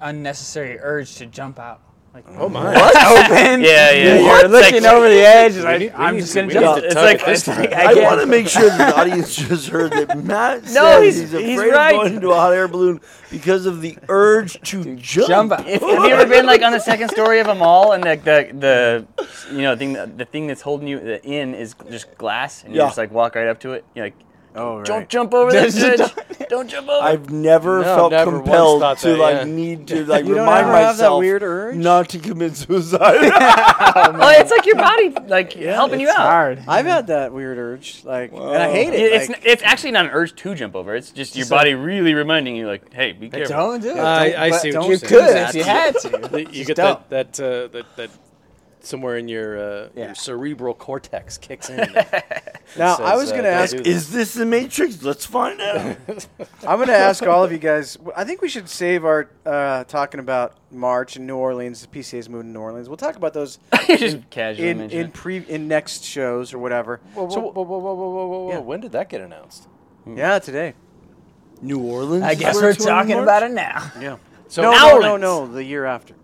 S3: unnecessary urge to jump out.
S2: Like,
S4: Oh my!
S3: Open.
S6: Yeah, yeah.
S3: You're
S6: What?
S3: looking
S6: Like-
S3: over the edge. Like,
S4: need- we
S3: I'm
S4: need
S3: just
S4: to-
S3: gonna
S4: we need
S3: jump.
S4: to
S6: it's
S4: tug
S6: like,
S4: at this
S6: it's like
S5: I,
S6: I, get-
S5: want to make sure the audience just heard that Matt
S6: No,
S5: said
S6: he's-
S5: he's,
S6: he's
S5: afraid
S6: right.
S5: of going into a hot air balloon because of the urge to, jump.
S3: jump.
S6: If, have you ever been like on the second story of a mall and like the, the you know thing the thing that's holding you in is just glass and you
S5: Yeah.
S6: just like walk right up to it. You're like,
S2: oh, right.
S6: don't jump over this bitch. Don't jump over.
S5: I've never
S4: No,
S5: felt
S4: never once
S5: compelled
S4: thought
S5: to
S4: that,
S5: like
S4: yeah.
S5: need to like
S2: You don't
S5: remind
S2: ever have that
S5: myself
S2: weird urge?
S5: not to commit suicide.
S6: oh, it's like your body like helping you
S3: It's
S6: out.
S3: hard.
S2: I've had that weird urge, like, and I hate
S6: It-
S2: it.
S6: It's,
S2: like-
S6: n it's actually not an urge to jump over. It's just your body really reminding you, like, hey, be careful.
S3: Don't do it.
S4: I-
S3: Don't-
S4: I
S3: but
S4: see what
S3: don't-
S4: you're
S3: You
S4: saying.
S3: could if you had to.
S4: you get
S3: don't.
S4: that that, uh, that that somewhere in your, uh,
S3: Yeah.
S4: your cerebral cortex kicks in.
S2: now, I
S4: says,
S2: was
S4: uh,
S2: going to
S4: don't
S2: ask,
S4: do that.
S5: Is this the Matrix? Let's find out.
S2: I'm going to ask all of you guys. I think we should save our uh, talking about March and New Orleans, the PCA's moving to New Orleans. We'll talk about those
S6: You just casually
S2: in
S6: mention
S2: in
S6: it.
S2: pre in next shows or whatever.
S4: whoa, whoa, whoa, whoa, whoa, whoa, whoa, whoa. When did that get announced?
S2: Yeah, today.
S5: New Orleans.
S3: I
S5: is
S3: guess
S5: where
S3: we're
S5: it's going in
S3: talking
S5: March?
S3: about it now.
S2: Yeah.
S4: So
S2: no, no, no, no, the year after.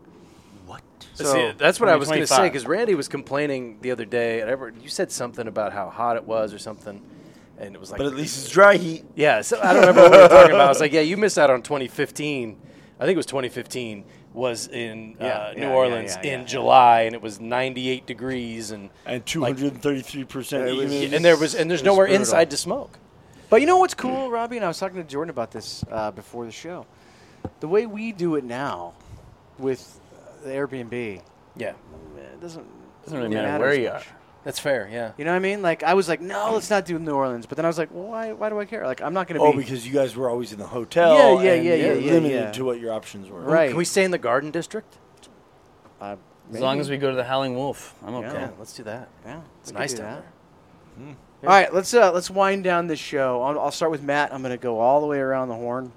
S4: See,
S2: So,
S4: that's what I was going to say
S6: 2025.
S4: because Randy was complaining the other day, and I, re- you said something about how hot it was or something, and it was like,
S5: But at least it's dry heat.
S4: yeah. So I don't remember what we were talking about. I was like, yeah, you missed out on 2015. I think it was 2015 was in
S2: Yeah,
S4: uh,
S2: yeah,
S4: New
S2: yeah,
S4: Orleans
S2: yeah,
S4: in
S2: yeah.
S4: July, and it was 98 degrees, and
S5: And 233% humidity.
S4: and there was and there's
S5: It was
S4: nowhere
S5: brutal.
S4: inside to smoke.
S2: But you know what's cool, Robbie? And I was talking to Jordan about this uh, before the show. The way we do it now with uh, the Airbnb,
S4: Yeah,
S2: it doesn't
S6: Doesn't really
S2: it
S6: matter
S2: matters
S6: where you
S2: much.
S6: are.
S4: that's fair. Yeah,
S2: You know what I mean? Like I was like, no, let's not do New Orleans. But then I was like, well, why? Why do I care? Like I'm not gonna
S5: Oh,
S2: be.
S5: because you guys were always in the hotel.
S2: Yeah, yeah,
S5: and
S2: yeah,
S5: you were
S2: yeah, yeah,
S5: Limited
S2: yeah.
S5: to what your options were.
S2: Right.
S4: Can we stay in the Garden District?
S2: Uh,
S6: As long as we go to the Howling Wolf, I'm okay.
S4: Yeah, let's do that.
S2: yeah,
S4: It's nice down
S2: that.
S4: there.
S2: All right, let's uh, let's wind down this show. I'll, I'll start with Matt. I'm gonna go all the way around the horn,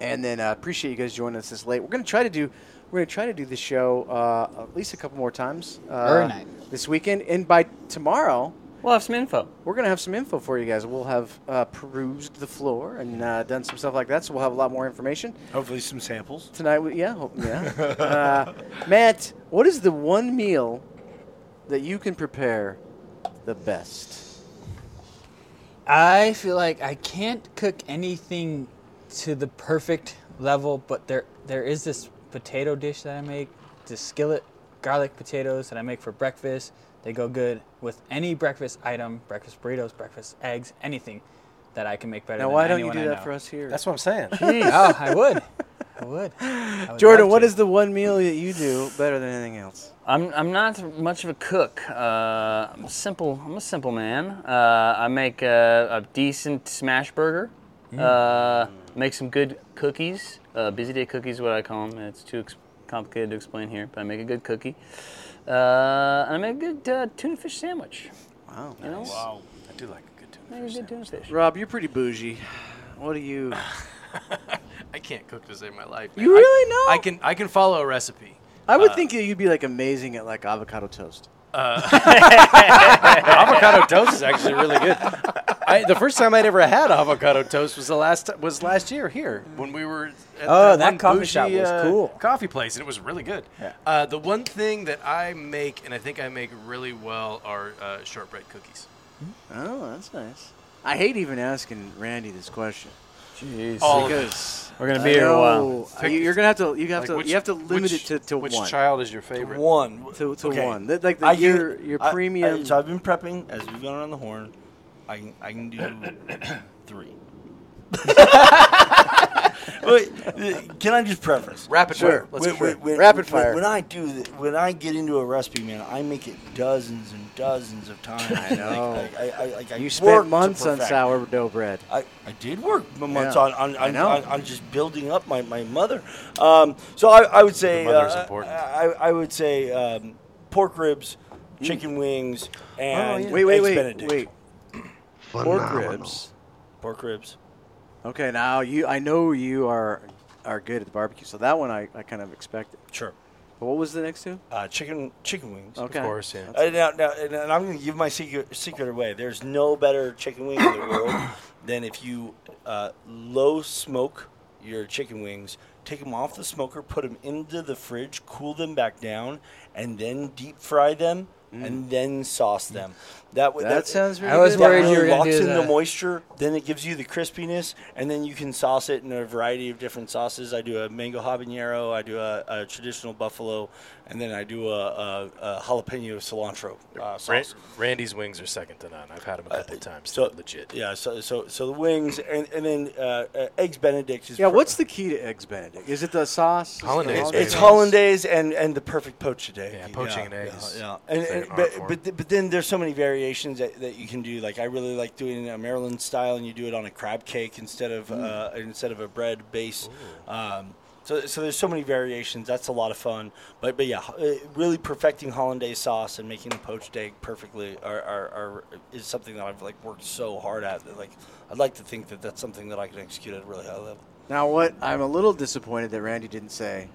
S2: and then uh, appreciate you guys joining us this late. We're gonna try to do we're gonna try to do the show uh, at least a couple more times uh,
S3: Very nice.
S2: this weekend, and by tomorrow
S6: We'll have some info.
S2: we're gonna have some info for you guys. We'll have uh, perused the floor and uh, done some stuff like that, so we'll have a lot more information
S5: Hopefully, some samples.
S2: tonight. We, yeah, hope, yeah. uh, Matt, what is the one meal that you can prepare the best?
S3: I feel like I can't cook anything to the perfect level, but there there is this potato dish that I make, the skillet garlic potatoes that I make for breakfast. They go good with any breakfast item, breakfast burritos, breakfast eggs, anything that I can make better.
S2: Now,
S3: than
S2: why don't you
S3: anyone
S2: do
S3: I
S2: that
S3: know.
S2: for us here?
S4: That's what I'm saying.
S3: Oh, I would. I would. I would
S2: Jordan,
S3: love
S2: what
S3: to.
S2: is the one meal that you do better than anything else?
S6: I'm, I'm not much of a cook. Uh, I'm simple. I'm a simple man. Uh, I make a, a decent smash burger. Uh, make some good cookies. Uh, busy day cookies, is what I call them. It's too ex- complicated to explain here, but I make a good cookie. Uh, and I make a good uh, tuna fish sandwich.
S2: Wow.
S6: You know? Wow.
S4: I do like a good
S6: I
S4: tuna.
S6: make a good tuna fish.
S2: Rob, you're pretty bougie. What do you?
S4: I can't cook to save my life.
S2: You man. I- really know?
S4: I
S2: I
S4: can I can follow a recipe.
S2: I
S6: Uh,
S2: would think that you'd be like amazing at like avocado toast.
S4: avocado toast is actually really good. I, the first time I'd ever had avocado toast was the last was last year here when we were. At
S3: Oh, that
S4: one
S3: coffee shop was
S4: uh,
S3: cool.
S4: Coffee place, and it was really good. Uh, the one thing that I make, and I think I make really well, are uh, shortbread cookies.
S2: Oh, that's nice. I hate even asking Randy this question
S6: Jeez.
S4: All of it.
S2: because
S6: Oh, We're gonna
S2: I
S6: be here a while.
S2: know- you- You're gonna have to. You have
S4: Like,
S2: to.
S4: which-
S2: you have to limit
S4: which-
S2: it to, to
S4: which
S2: one.
S4: child is your favorite?
S5: One
S2: To- to
S5: Okay.
S2: one. That- like the-
S5: I can-
S2: your- your
S5: I- I-
S2: premium-
S5: so I've been prepping as we've gone around the horn. I can I can do three. Wait, uh, can I just preference?
S4: Rapid
S2: Sure.
S4: fire. Let's
S5: When-
S4: go.
S5: when- when-
S2: Rapid
S5: when-
S2: fire.
S5: When I do, th- when I get into a recipe, man, I make it dozens and dozens of times. I
S2: know.
S5: Like, I, I, like, I
S2: You
S5: work to
S2: spent months on
S5: perfect.
S2: sourdough bread.
S5: I, I did work m- months
S2: Yeah.
S5: on, on,
S2: I
S5: on,
S2: know.
S5: on, on just building up my, my mother. Um, so I, I would say
S4: The mother's
S5: uh,
S4: important.
S5: I, I would say um, pork ribs, chicken wings, and
S2: Oh, Wait, wait,
S5: eggs
S2: wait,
S5: Benedict.
S2: wait. Pork ribs.
S5: Pork ribs.
S2: Okay, now you. I know you are are good at the barbecue, so that one I, I kind of expected.
S5: Sure.
S2: But what was the next two?
S5: Uh, chicken chicken wings.
S2: Okay.
S4: course, yeah.
S5: Uh, now, now, and, and I'm going to give my secret, secret away. There's no better chicken wing in the world than if you uh, low smoke your chicken wings, take them off the smoker, put them into the fridge, cool them back down, and then deep fry them. And then sauce them. That w-
S2: Mm. That sounds really
S3: I was
S2: good.
S5: that
S3: worried
S5: really
S3: you were gonna
S5: locks
S3: do
S5: in the
S3: that.
S5: moisture. Then it gives you the crispiness, and then you can sauce it in a variety of different sauces. I do a mango habanero, I do a, a traditional buffalo, and then I do a, a, a jalapeno cilantro uh, sauce.
S4: Ran- Randy's wings are second to none. I've had
S2: Uh,
S4: them a couple times.
S5: So
S4: legit.
S5: Yeah. So so so the wings, and and then uh, uh, eggs Benedict is
S2: Yeah,
S5: per-
S2: what's the key to eggs Benedict? Is it the sauce? Is it the
S4: Hollandaise,
S5: it's
S4: baby.
S5: hollandaise and, and the perfect poached egg.
S4: Yeah, poaching an egg is
S5: Yeah, yeah. And,
S4: an art
S5: and, but,
S4: form.
S5: but, th- but then there's so many variations that, that you can do. Like I really like doing a Maryland style, and you do it on a crab cake instead of
S4: Mm.
S5: uh, instead of a bread base. Um, so, so there's so many variations. That's a lot of fun. But but yeah, ho- uh, really perfecting hollandaise sauce and making the poached egg perfectly are, are, are is something that I've like worked so hard at. That, like I'd like to think that that's something that I can execute at a really high level.
S2: Now, what I'm a little disappointed that Randy didn't say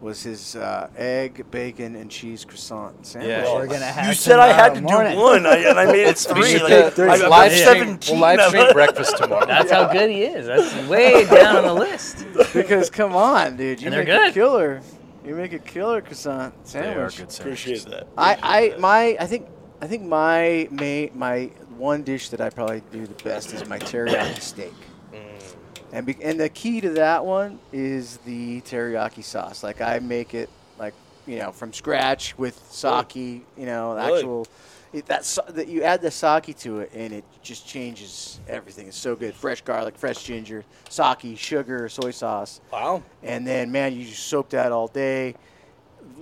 S2: was his uh, egg, bacon, and cheese croissant sandwich.
S4: Yeah.
S3: We're gonna have
S5: You said I had to
S3: tomorrow morning.
S5: do one, I, and I made it three. Like,
S4: There's
S5: I've got
S4: live stream,
S5: 17
S4: live
S5: of
S4: stream
S5: them.
S4: breakfast tomorrow.
S6: That's how good he is. That's way down on the list.
S2: because come on, dude, you
S6: And they're
S2: make a
S6: good.
S2: killer. You make a killer croissant
S4: they are
S2: sandwich.
S4: good sandwiches.
S5: Appreciate that.
S2: I, I, my, I think, I think my, my, my one dish that I probably do the best is my teriyaki steak.
S5: Mm.
S2: And be, and the key to that one is the teriyaki sauce. Like I make it, like you know, from scratch with sake. You know, the
S5: Really?
S2: actual. It, that sa- that you add the sake to it, and it just changes everything. It's so good. Fresh garlic, fresh ginger, sake, sugar, soy sauce.
S5: Wow.
S2: And then, man, you just soak that all day,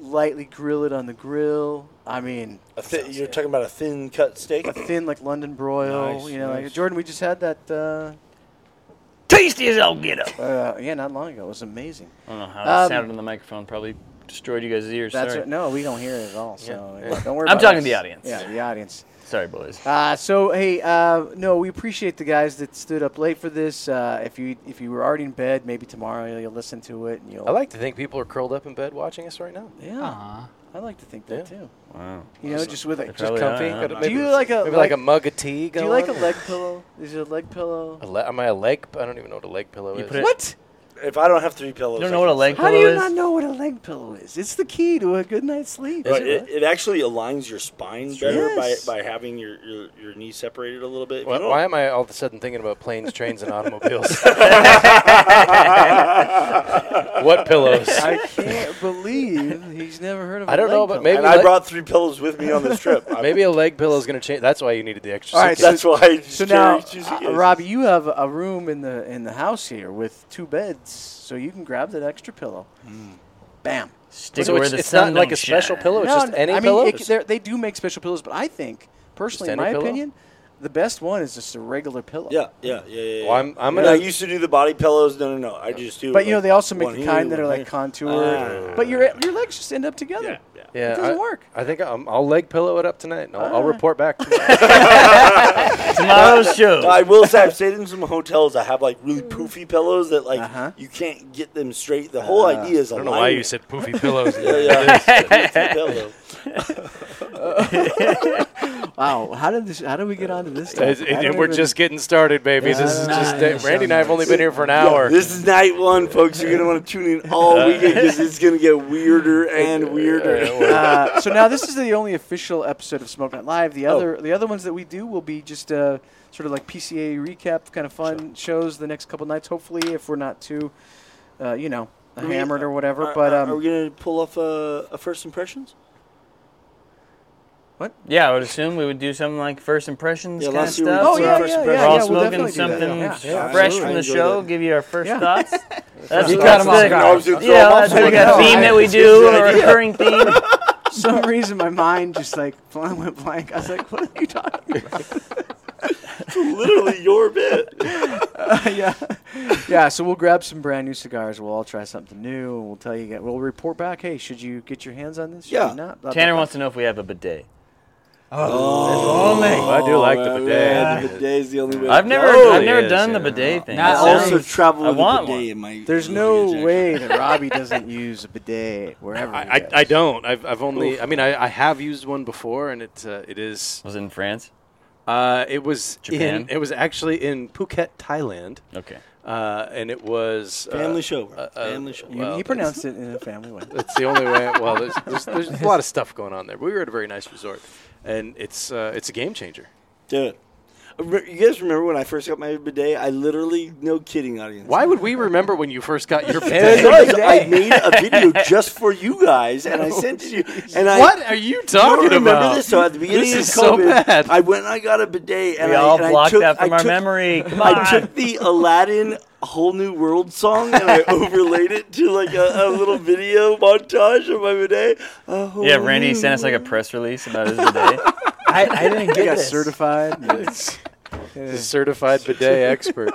S2: lightly grill it on the grill. I mean,
S5: A thi- you're talking about a thin cut steak.
S2: a thin like London broil.
S5: Nice,
S2: you know,
S5: nice.
S2: like Jordan, we just had that. Uh,
S6: Tasty as I'll get up.
S2: uh, yeah, not long ago. It was amazing.
S6: I don't know how that
S2: Um,
S6: sounded on the microphone. Probably destroyed you guys' ears.
S2: That's
S6: Sorry.
S2: right. no, we don't hear it at all. So
S6: Yeah.
S2: don't worry.
S6: I'm
S2: about
S6: talking
S2: us.
S6: to the audience.
S2: Yeah, the audience.
S6: Sorry, boys.
S2: Uh, so hey, uh, no, we appreciate the guys that stood up late for this. Uh, if you if you were already in bed, maybe tomorrow you'll, listen to it and you'll.
S4: I like to think people are curled up in bed watching us right now.
S2: Yeah,
S3: Aw.
S2: I like to think that too.
S6: Wow.
S2: You know, just with a
S4: Just
S6: Probably
S4: comfy.
S6: not.
S4: Got a-
S2: Do
S4: maybe,
S2: you like a
S4: maybe like, a
S2: leg-
S4: mug of
S2: Do
S4: tea? Going?
S2: you like a leg pillow? Is it a leg pillow?
S4: A le- am I a leg? I don't even know what a leg pillow
S6: You
S4: is.
S6: put it-
S2: What?
S5: If I don't have three pillows,
S6: You don't know
S5: I
S6: what a
S5: can't
S6: leg
S5: sleep.
S2: How do you
S6: pillow is?
S2: not know what a leg pillow is? It's the key to a good night's sleep.
S5: Right, it, it actually aligns your spine better
S2: Yes.
S5: by, by having your, your, your knee separated a little bit. If you
S4: Why,
S5: don't-
S4: why am I all of a sudden thinking about planes, trains, and automobiles? what pillows?
S2: I can't believe he's never heard of. I
S4: I don't know, but maybe
S5: and I
S4: leg-
S5: brought three pillows with me on this trip. I-
S4: maybe a leg pillow is going to change. That's why you needed the extra.
S2: All right,
S4: suitcase.
S5: that's why. I just
S2: So now,
S5: carry two
S2: uh,
S5: suitcases.
S2: Robbie, you have a room in the in the house here with two beds, so you can grab that extra pillow. Bam.
S6: Stick
S4: Hmm. so
S6: where
S4: it's,
S6: the
S4: it's
S6: sun
S4: not like
S6: don't
S4: a special
S6: shine.
S4: pillow. It's
S2: No,
S4: just any
S2: I mean,
S4: pillow.
S2: it, they're- they do make special pillows, but I think, personally, in
S4: any
S2: my
S4: pillow?
S2: opinion, the best one is just a regular pillow.
S5: yeah, yeah, yeah, yeah.
S4: Well, I'm-
S5: yeah.
S4: I'm
S5: And
S4: gonna-
S5: I used to do the body pillows. No, no, no. I just do.
S2: But you know,
S5: like,
S2: they also make
S5: one
S2: the
S5: here,
S2: kind that are
S5: one
S2: like
S5: here.
S2: contoured.
S5: Ah.
S2: but your your legs just end up together.
S5: Yeah, yeah.
S4: yeah,
S2: it doesn't
S4: I,
S2: work.
S4: I think I'm, I'll leg pillow it up tonight. And I'll, I'll report back. tomorrow.
S6: Tomorrow's
S5: No,
S6: show.
S5: I will say I've stayed in some hotels that have like
S2: Mm.
S5: really poofy pillows that like
S2: Uh-huh.
S5: you can't get them straight. The whole idea is
S4: I don't know why you said poofy pillows.
S5: Yeah, yeah. Pillow.
S2: Wow, how did this? How did we get onto this?
S4: It's-
S2: topic? I
S4: it- it-
S2: don't
S4: we're
S2: even-
S4: just getting started, baby.
S2: Yeah,
S4: this is
S2: I don't
S4: just
S2: know.
S4: Randy and I have only been here for an hour.
S5: This is night one, folks. You're gonna want to tune in all weekend because it's gonna get weirder and weirder.
S4: Uh, well,
S2: Uh, so now this is the only official episode of Smoke Night Live.
S4: Oh.
S2: The other the other ones that we do will be just uh, sort of like PCA recap, kind of fun shows the next couple nights. Hopefully, if we're not too, uh, you know,
S5: we-
S2: hammered or whatever.
S5: Are-
S2: but
S5: are-
S2: um,
S5: are we gonna pull off uh, a, a first impressions?
S6: Yeah, I would assume we would do something like first impressions
S5: Yeah,
S6: kind of
S5: last year we
S6: stuff.
S5: did
S2: oh yeah,
S6: We're
S2: yeah, yeah,
S5: First
S2: yeah,
S6: all
S2: we'll
S6: smoking
S2: definitely do that.
S6: something
S2: Yeah.
S5: Yeah,
S6: fresh
S5: absolutely.
S6: from the
S5: Enjoy
S6: show.
S5: that.
S6: Give you our first
S2: Yeah.
S6: thoughts. That's,
S5: Uh,
S3: You
S6: that's
S3: got 'em off
S6: the-
S3: guard.
S5: I was gonna throw
S6: Yeah,
S5: them off.
S6: that's like a theme that we do, a recurring theme.
S2: For some reason, my mind just like went blank. I was like, "What are you talking about?"
S5: Literally your bit.
S2: yeah, yeah. So we'll grab some brand new cigars. We'll all try something new. And we'll tell you. We'll report back. Hey, should you get your hands on this? Should
S5: Yeah.
S2: you not? Blah, blah,
S6: Tanner
S2: blah.
S6: wants to know if we have a bidet.
S4: I do like the bidet.
S5: Yeah, the bidet is the only way.
S6: I've
S5: to
S6: never,
S5: go.
S6: I've never
S4: is,
S6: done
S4: yeah.
S6: the bidet thing.
S5: I
S3: Not
S6: It
S3: only-
S6: sounds-
S5: also travel
S6: I
S5: with a
S6: want
S5: bidet
S6: one.
S5: in my.
S2: There's
S5: luggage,
S2: no
S5: actually.
S2: way that Robbie doesn't use a bidet wherever. he
S4: I, I,
S2: goes.
S4: I don't. I've, I've only. I mean, I, I have used one before, and it uh, it is.
S6: was it in France.
S4: Uh, it was
S6: Japan?
S4: in. It was actually in Phuket, Thailand.
S6: Okay.
S4: uh, and it was uh,
S5: Family show, bro.
S4: uh, uh,
S5: Family show.
S2: You,
S4: well,
S2: you pronounced it in a family way.
S4: That's the only way. Well, there's, there's, there's a lot of stuff going on there. But we were at a very nice resort, and it's uh, it's a game changer.
S5: Dude. Re- You guys remember when I first got my bidet? I literally, no kidding, audience.
S4: Why would we remember when you first got your
S5: It
S4: bidet?
S5: was. I made a video just for you guys, and I sent it to you. And I,
S4: What are you
S5: You don't
S4: talking
S5: remember
S4: about?
S5: this? So at the beginning
S4: This
S5: of
S4: is so
S5: COVID,
S4: bad.
S5: I went and I got a bidet, and
S6: We
S5: I,
S6: all
S5: and I
S6: blocked
S5: took,
S6: that
S5: I
S6: from our
S5: took-
S6: memory. Come on.
S5: I took the Aladdin "Whole New World" song and I overlaid it to like a, a little video montage of my bidet. Oh, A whole
S6: yeah, Randy
S5: new
S6: sent us like a press release about his bidet.
S3: I, I didn't
S2: I
S3: get
S2: got
S3: this.
S2: certified.
S4: A certified bidet expert.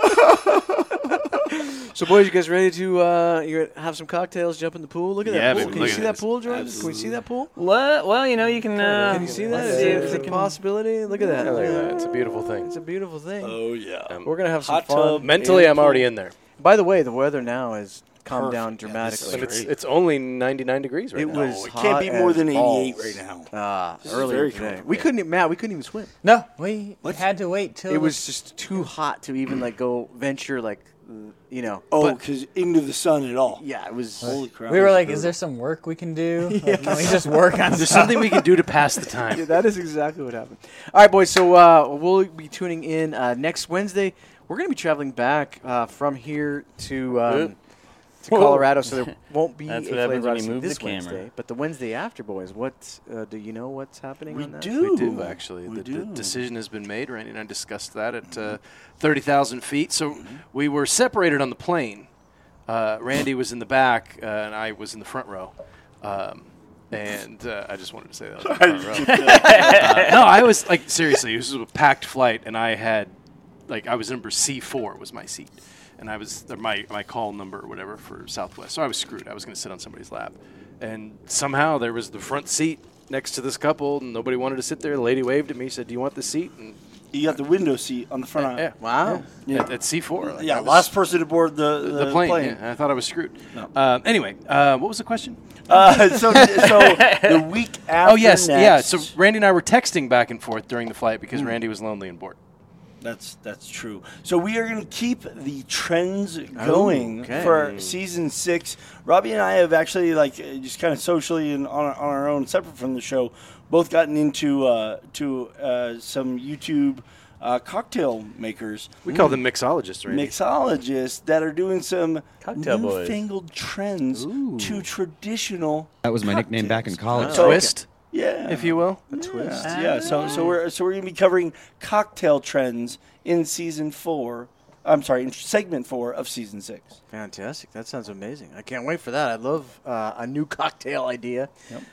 S2: So, boys, you guys ready to uh, you have some cocktails, jump in the pool? Look at
S4: Yeah,
S2: that pool.
S4: baby,
S2: Can you
S4: look
S2: see
S4: at
S2: that
S4: this.
S2: pool, Jordan? Can we see that pool?
S6: well, well, you know, you can. Uh,
S2: Can you see that?
S6: let's
S2: Is
S6: see
S2: it-
S6: if
S2: is
S6: we
S2: it a
S6: can-
S2: possibility? Look at that.
S4: Look at that. It's a beautiful thing.
S2: It's a beautiful thing.
S5: Oh yeah.
S4: Um,
S2: We're gonna have some
S5: Hot
S2: fun.
S5: tub.
S4: Mentally, I'm already in there.
S2: By the way, the weather now has calmed
S5: Perfect.
S2: down
S5: Yeah, this
S2: dramatically.
S4: But it's, it's only 99 degrees right
S2: it
S4: now.
S2: was
S5: it
S2: hot
S5: can't be more
S2: as
S5: than 88
S2: balls.
S5: right now.
S2: Ah,
S5: This is
S2: earlier
S5: very
S2: today.
S5: comfortable.
S2: We couldn't, e, Matt. We couldn't even swim.
S3: No, we
S5: What's-
S3: had to wait till
S2: It was just too hot to even like go venture like, you know.
S5: oh,
S2: But-
S5: because into the sun at all.
S2: yeah, it was.
S5: Holy crap.
S3: We were like, "Is there some work we can do? Like, can we just work on
S4: There's
S3: this?"
S4: something we can do to pass the
S2: Yeah,
S4: time.
S2: that is exactly what happened. All right, boys. So uh, we'll be tuning in uh, next Wednesday. We're going to be traveling back uh, from here to um, to Colorado, so there won't be
S6: That's
S2: a
S6: what happens when
S2: Flavor
S6: you
S2: Odyssey
S6: move the
S2: this
S6: camera.
S2: Wednesday, but the Wednesday after, boys. What uh, do you know? What's happening?
S5: We
S2: on that?
S5: do.
S4: We do, actually.
S5: We
S4: the,
S5: do.
S4: the decision has been made. Randy and I discussed that at uh, 30,000 feet. So we were separated on the plane. Uh, Randy was in the back, uh, and I was in the front row. Um, and uh, I just wanted to say that. I was in the front row. Uh, no, I was like seriously. This was a packed flight, and I had like I was number C four was my seat, and I was or my my call number or whatever for Southwest. So I was screwed. I was going to sit on somebody's lap, and somehow there was the front seat next to this couple, and nobody wanted to sit there. The lady waved at me, said, "Do you want the seat?" And
S5: You got the window seat on the front aisle.
S4: yeah,
S2: Wow.
S5: Yeah.
S4: at, C four.
S5: Yeah, last person to board the, the,
S4: The plane, yeah, and I thought I was screwed.
S5: No.
S4: Um, anyway, uh, what was the question?
S5: Uh, so, so the week after.
S4: oh yes,
S5: next, Hmm.
S4: yeah. So Randy and I were texting back and forth during the flight because Randy was lonely and bored.
S5: That's that's true. So we are going to keep the trends going
S2: okay.
S5: for season six. Robbie and I have actually like uh, just kind of socially and on, on our own, separate from the show, both gotten into uh, to uh, some YouTube uh, cocktail makers,
S4: We call them mixologists, Randy.
S5: mixologists that are doing some
S6: Cocktail boys.
S5: newfangled trends to traditional.
S8: That was my nickname back in college.
S5: So-
S4: twist,
S5: Yeah,
S4: if you will.
S5: twist. Yeah. So so we're so we're gonna be covering cocktail trends in season four. I'm sorry, in segment four of season six.
S2: Fantastic. That sounds amazing. I can't wait for that. I love uh, a new cocktail idea.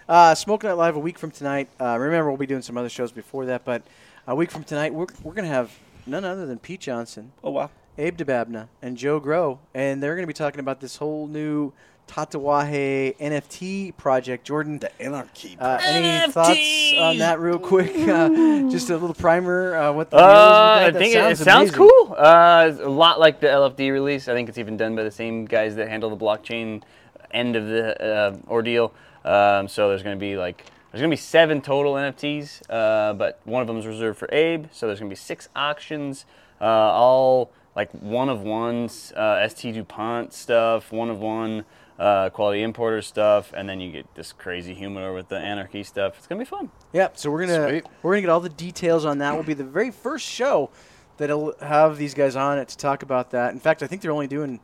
S2: Uh, Smoke Night Live a week from tonight. Uh, remember, we'll be doing some other shows before that, but a week from tonight, we're, we're going to have none other than Pete Johnson,
S5: Oh wow.
S2: Abe DeBabna, and Joe Grow, and they're going to be talking about this whole new Tatawahe NFT project. Jordan,
S5: Anarchy.
S2: uh, any thoughts on that, real quick? Uh, just a little primer. Uh, what the deal
S6: Uh, I
S2: is with that? That
S6: think it- it sounds
S2: amazing.
S6: cool. Uh, it's a lot like the LFD release. I think it's even done by the same guys that handle the blockchain end of the uh, ordeal. Um, so there's going to be like there's going to be seven total NFTs, uh, but one of them is reserved for Abe. So there's going to be six auctions, uh, all like one of ones, uh, ST Dupont stuff, one of one. Uh, quality importer stuff, and then you get this crazy humor with the anarchy stuff. It's gonna be fun.
S2: Yep. So we're gonna
S4: Sweet.
S2: we're gonna get all the details on that. Will be the very first show that'll have these guys on it to talk about that. In fact, I think they're only doing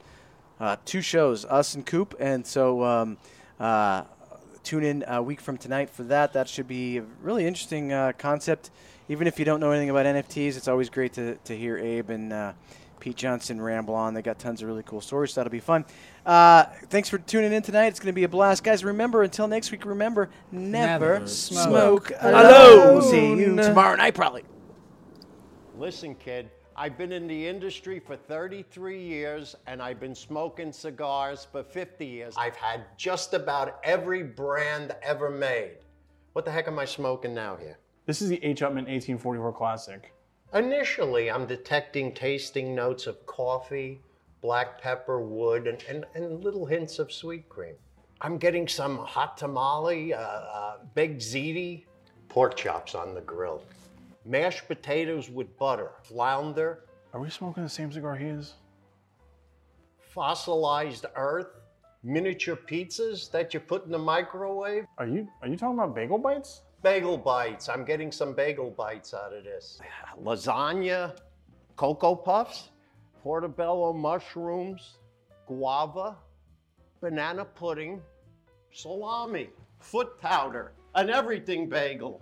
S2: uh, two shows, us and Coop, and so um, uh, tune in a week from tonight for that. That should be a really interesting uh, concept. Even if you don't know anything about NFTs, it's always great to, to hear Abe and uh, Pete Johnson ramble on. They got tons of really cool stories. So that'll be fun. Uh, thanks for tuning in tonight. It's going to be a blast, guys. Remember, until next week, remember never,
S3: Never
S2: smoke,
S3: smoke
S2: alone. See you tomorrow night, probably.
S9: Listen, kid, I've been in the industry for 33 years and I've been smoking cigars for 50 years. I've had just about every brand ever made. What the heck am I smoking now here?
S10: This is the H. Upman 1844 Classic.
S9: Initially, I'm detecting tasting notes of coffee, black pepper, wood, and, and, and little hints of sweet cream. I'm getting some hot tamale, uh, uh, baked ziti, pork chops on the grill, mashed potatoes with butter, flounder,
S10: Are we smoking the same cigar he is?
S9: fossilized earth miniature pizzas that you put in the microwave?
S10: Are you are you talking about bagel bites?
S9: Bagel bites. I'm getting some bagel bites out of this. Lasagna, cocoa puffs, portobello mushrooms, guava, banana pudding, salami, foot powder, an everything bagel.